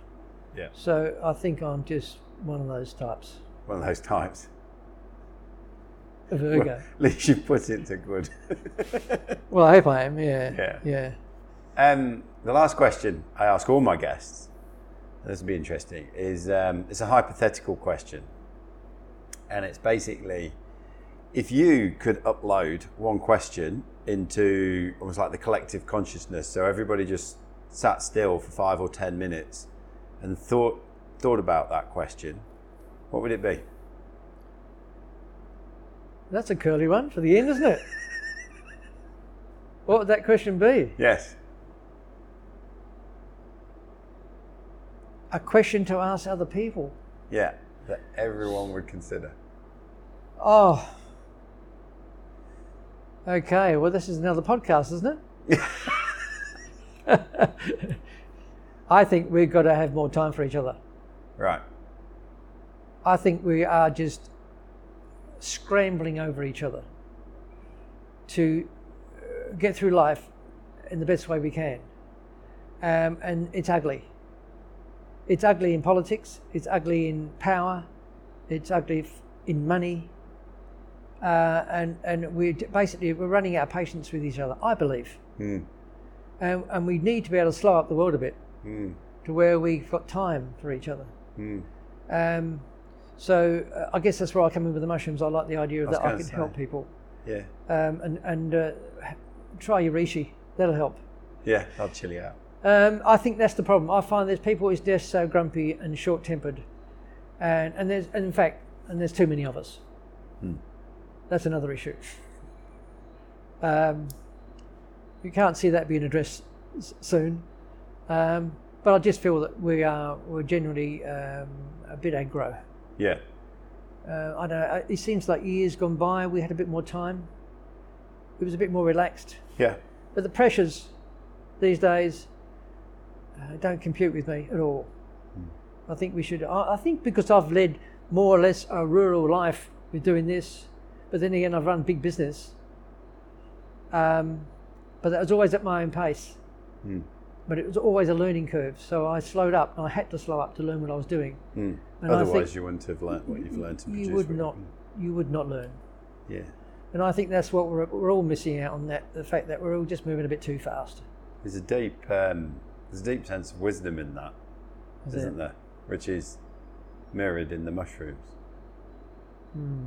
A: Yeah.
B: So I think I'm just one of those types.
A: One of those types.
B: A
A: Well,
B: Virgo.
A: at least you put it to good.
B: Well, I hope I am. Yeah.
A: Yeah.
B: Yeah.
A: um, the last question I ask all my guests, and this will be interesting, is um, it's a hypothetical question. And it's basically if you could upload one question into almost like the collective consciousness, so everybody just sat still for five or 10 minutes and thought, thought about that question, what would it be?
B: That's a curly one for the end, isn't it? what would that question be?
A: Yes.
B: A question to ask other people.
A: Yeah. That everyone would consider.
B: Oh. Okay. Well, this is another podcast, isn't it? I think we've got to have more time for each other.
A: Right.
B: I think we are just scrambling over each other to uh, get through life in the best way we can. Um, and it's ugly. It's ugly in politics, it's ugly in power, it's ugly f- in money. Uh, and and we're d- basically we're running out of patience with each other, I believe.
A: Hmm.
B: Um, and we need to be able to slow up the world a bit
A: Hmm.
B: to where we've got time for each other. Um, so uh, I guess that's where I come in with the mushrooms. I like the idea
A: was
B: that I
A: gonna
B: can
A: say.
B: help people
A: Yeah.
B: um, and and uh, h- try Yurishi. That'll help.
A: Yeah. I'll chill you out.
B: Um, I think that's the problem. I find there's people who's just so grumpy and short-tempered, and and there's and in fact and there's too many of us. That's another issue. Um, you can't see that being addressed s- soon, um, but I just feel that we are we're generally um, a bit aggro.
A: Yeah.
B: Uh, I don't know. It seems like years gone by, we had a bit more time. It was a bit more relaxed.
A: Yeah.
B: But the pressures these days uh, don't compute with me at all.
A: Hmm.
B: I think we should. I, I think because I've led more or less a rural life with doing this, but then again, I've run big business. Um, but that was always at my own pace.
A: Hmm.
B: But it was always a learning curve. So I slowed up. And I had to slow up to learn what I was doing. And I think
A: Otherwise, you wouldn't have learnt what you've learned to produce.
B: you would
A: what
B: not. You would not learn.
A: you- Yeah.
B: And I think that's what we're, we're all missing out on that the fact that we're all just moving a bit too fast.
A: There's a deep, um, there's a deep sense of wisdom in that,
B: Is
A: isn't
B: it?
A: there? Which is mirrored in the mushrooms.
B: Hmm.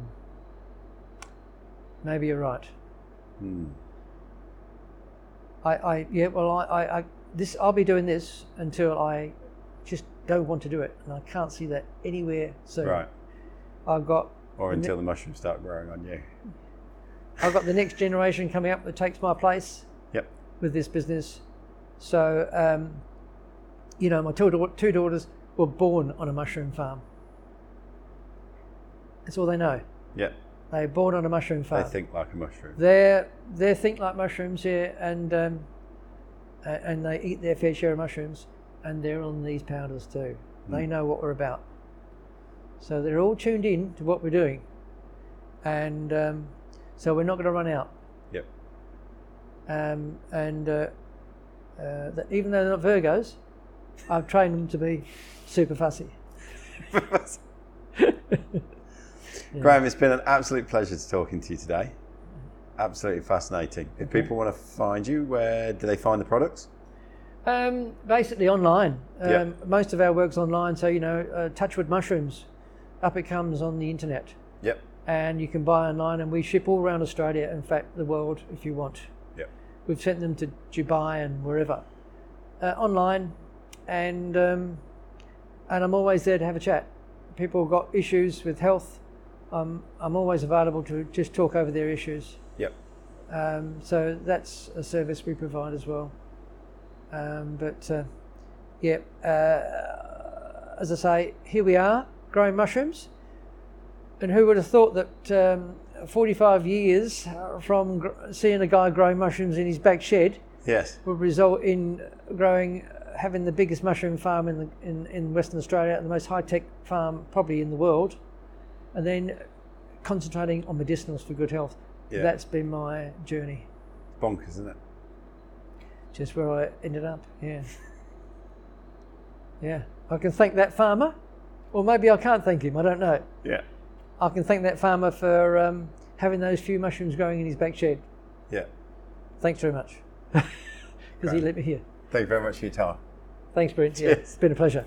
B: Maybe you're right.
A: Hmm.
B: I, I yeah, well, I, I, I, this, I'll be doing this until I just don't want to do it, and I can't see that anywhere soon.
A: Right.
B: I've got,
A: Or until the mushrooms start growing on you.
B: I've got the next generation coming up that takes my place
A: Yep.
B: with this business. So, um, you know, my two, dau- two daughters were born on a mushroom farm. That's all they know.
A: Yep.
B: They were born on a mushroom
A: They
B: farm.
A: think like a mushroom.
B: They they think like mushrooms here, and um, a- and they eat their fair share of mushrooms, and they're on these powders too. They know what we're about, so they're all tuned in to what we're doing, and um, so we're not going to run out.
A: Yep.
B: Um, and uh, uh, that even though they're not Virgos, I've trained them to be super fussy.
A: Graham, it's been an absolute pleasure to talking to you today. Absolutely fascinating. If people want to find you, where do they find the products?
B: Um, basically online. Um,
A: Yeah.
B: Most of our work's online, so you know, uh, Touchwood Mushrooms, up it comes on the internet,
A: Yep.
B: and you can buy online, and we ship all around Australia. In fact, the world, if you want.
A: Yep.
B: We've sent them to Dubai and wherever, uh, online, and um, and I'm always there to have a chat. People have got issues with health. Um, I'm always available to just talk over their issues.
A: Yep.
B: Um, so that's a service we provide as well. Um, but uh, yeah, uh, as I say, here we are growing mushrooms. And who would have thought that um, 45 years uh, from gr- seeing a guy growing mushrooms in his back shed
A: Yes.
B: would result in growing, uh, having the biggest mushroom farm in, the, in, in Western Australia, and the most high tech farm probably in the world, and then concentrating on medicinals for good health.
A: Yeah.
B: That's been my journey,
A: Bonkers, isn't it?
B: just where I ended up. Yeah. Yeah. I can thank that farmer, or maybe I can't thank him, I don't know.
A: Yeah.
B: I can thank that farmer for um, having those few mushrooms growing in his back shed.
A: Yeah.
B: Thanks very much. Because he
A: Great.
B: let me here.
A: Thank you very much for your time.
B: Thanks, Brent. Yeah,
A: Cheers.
B: it's been a pleasure.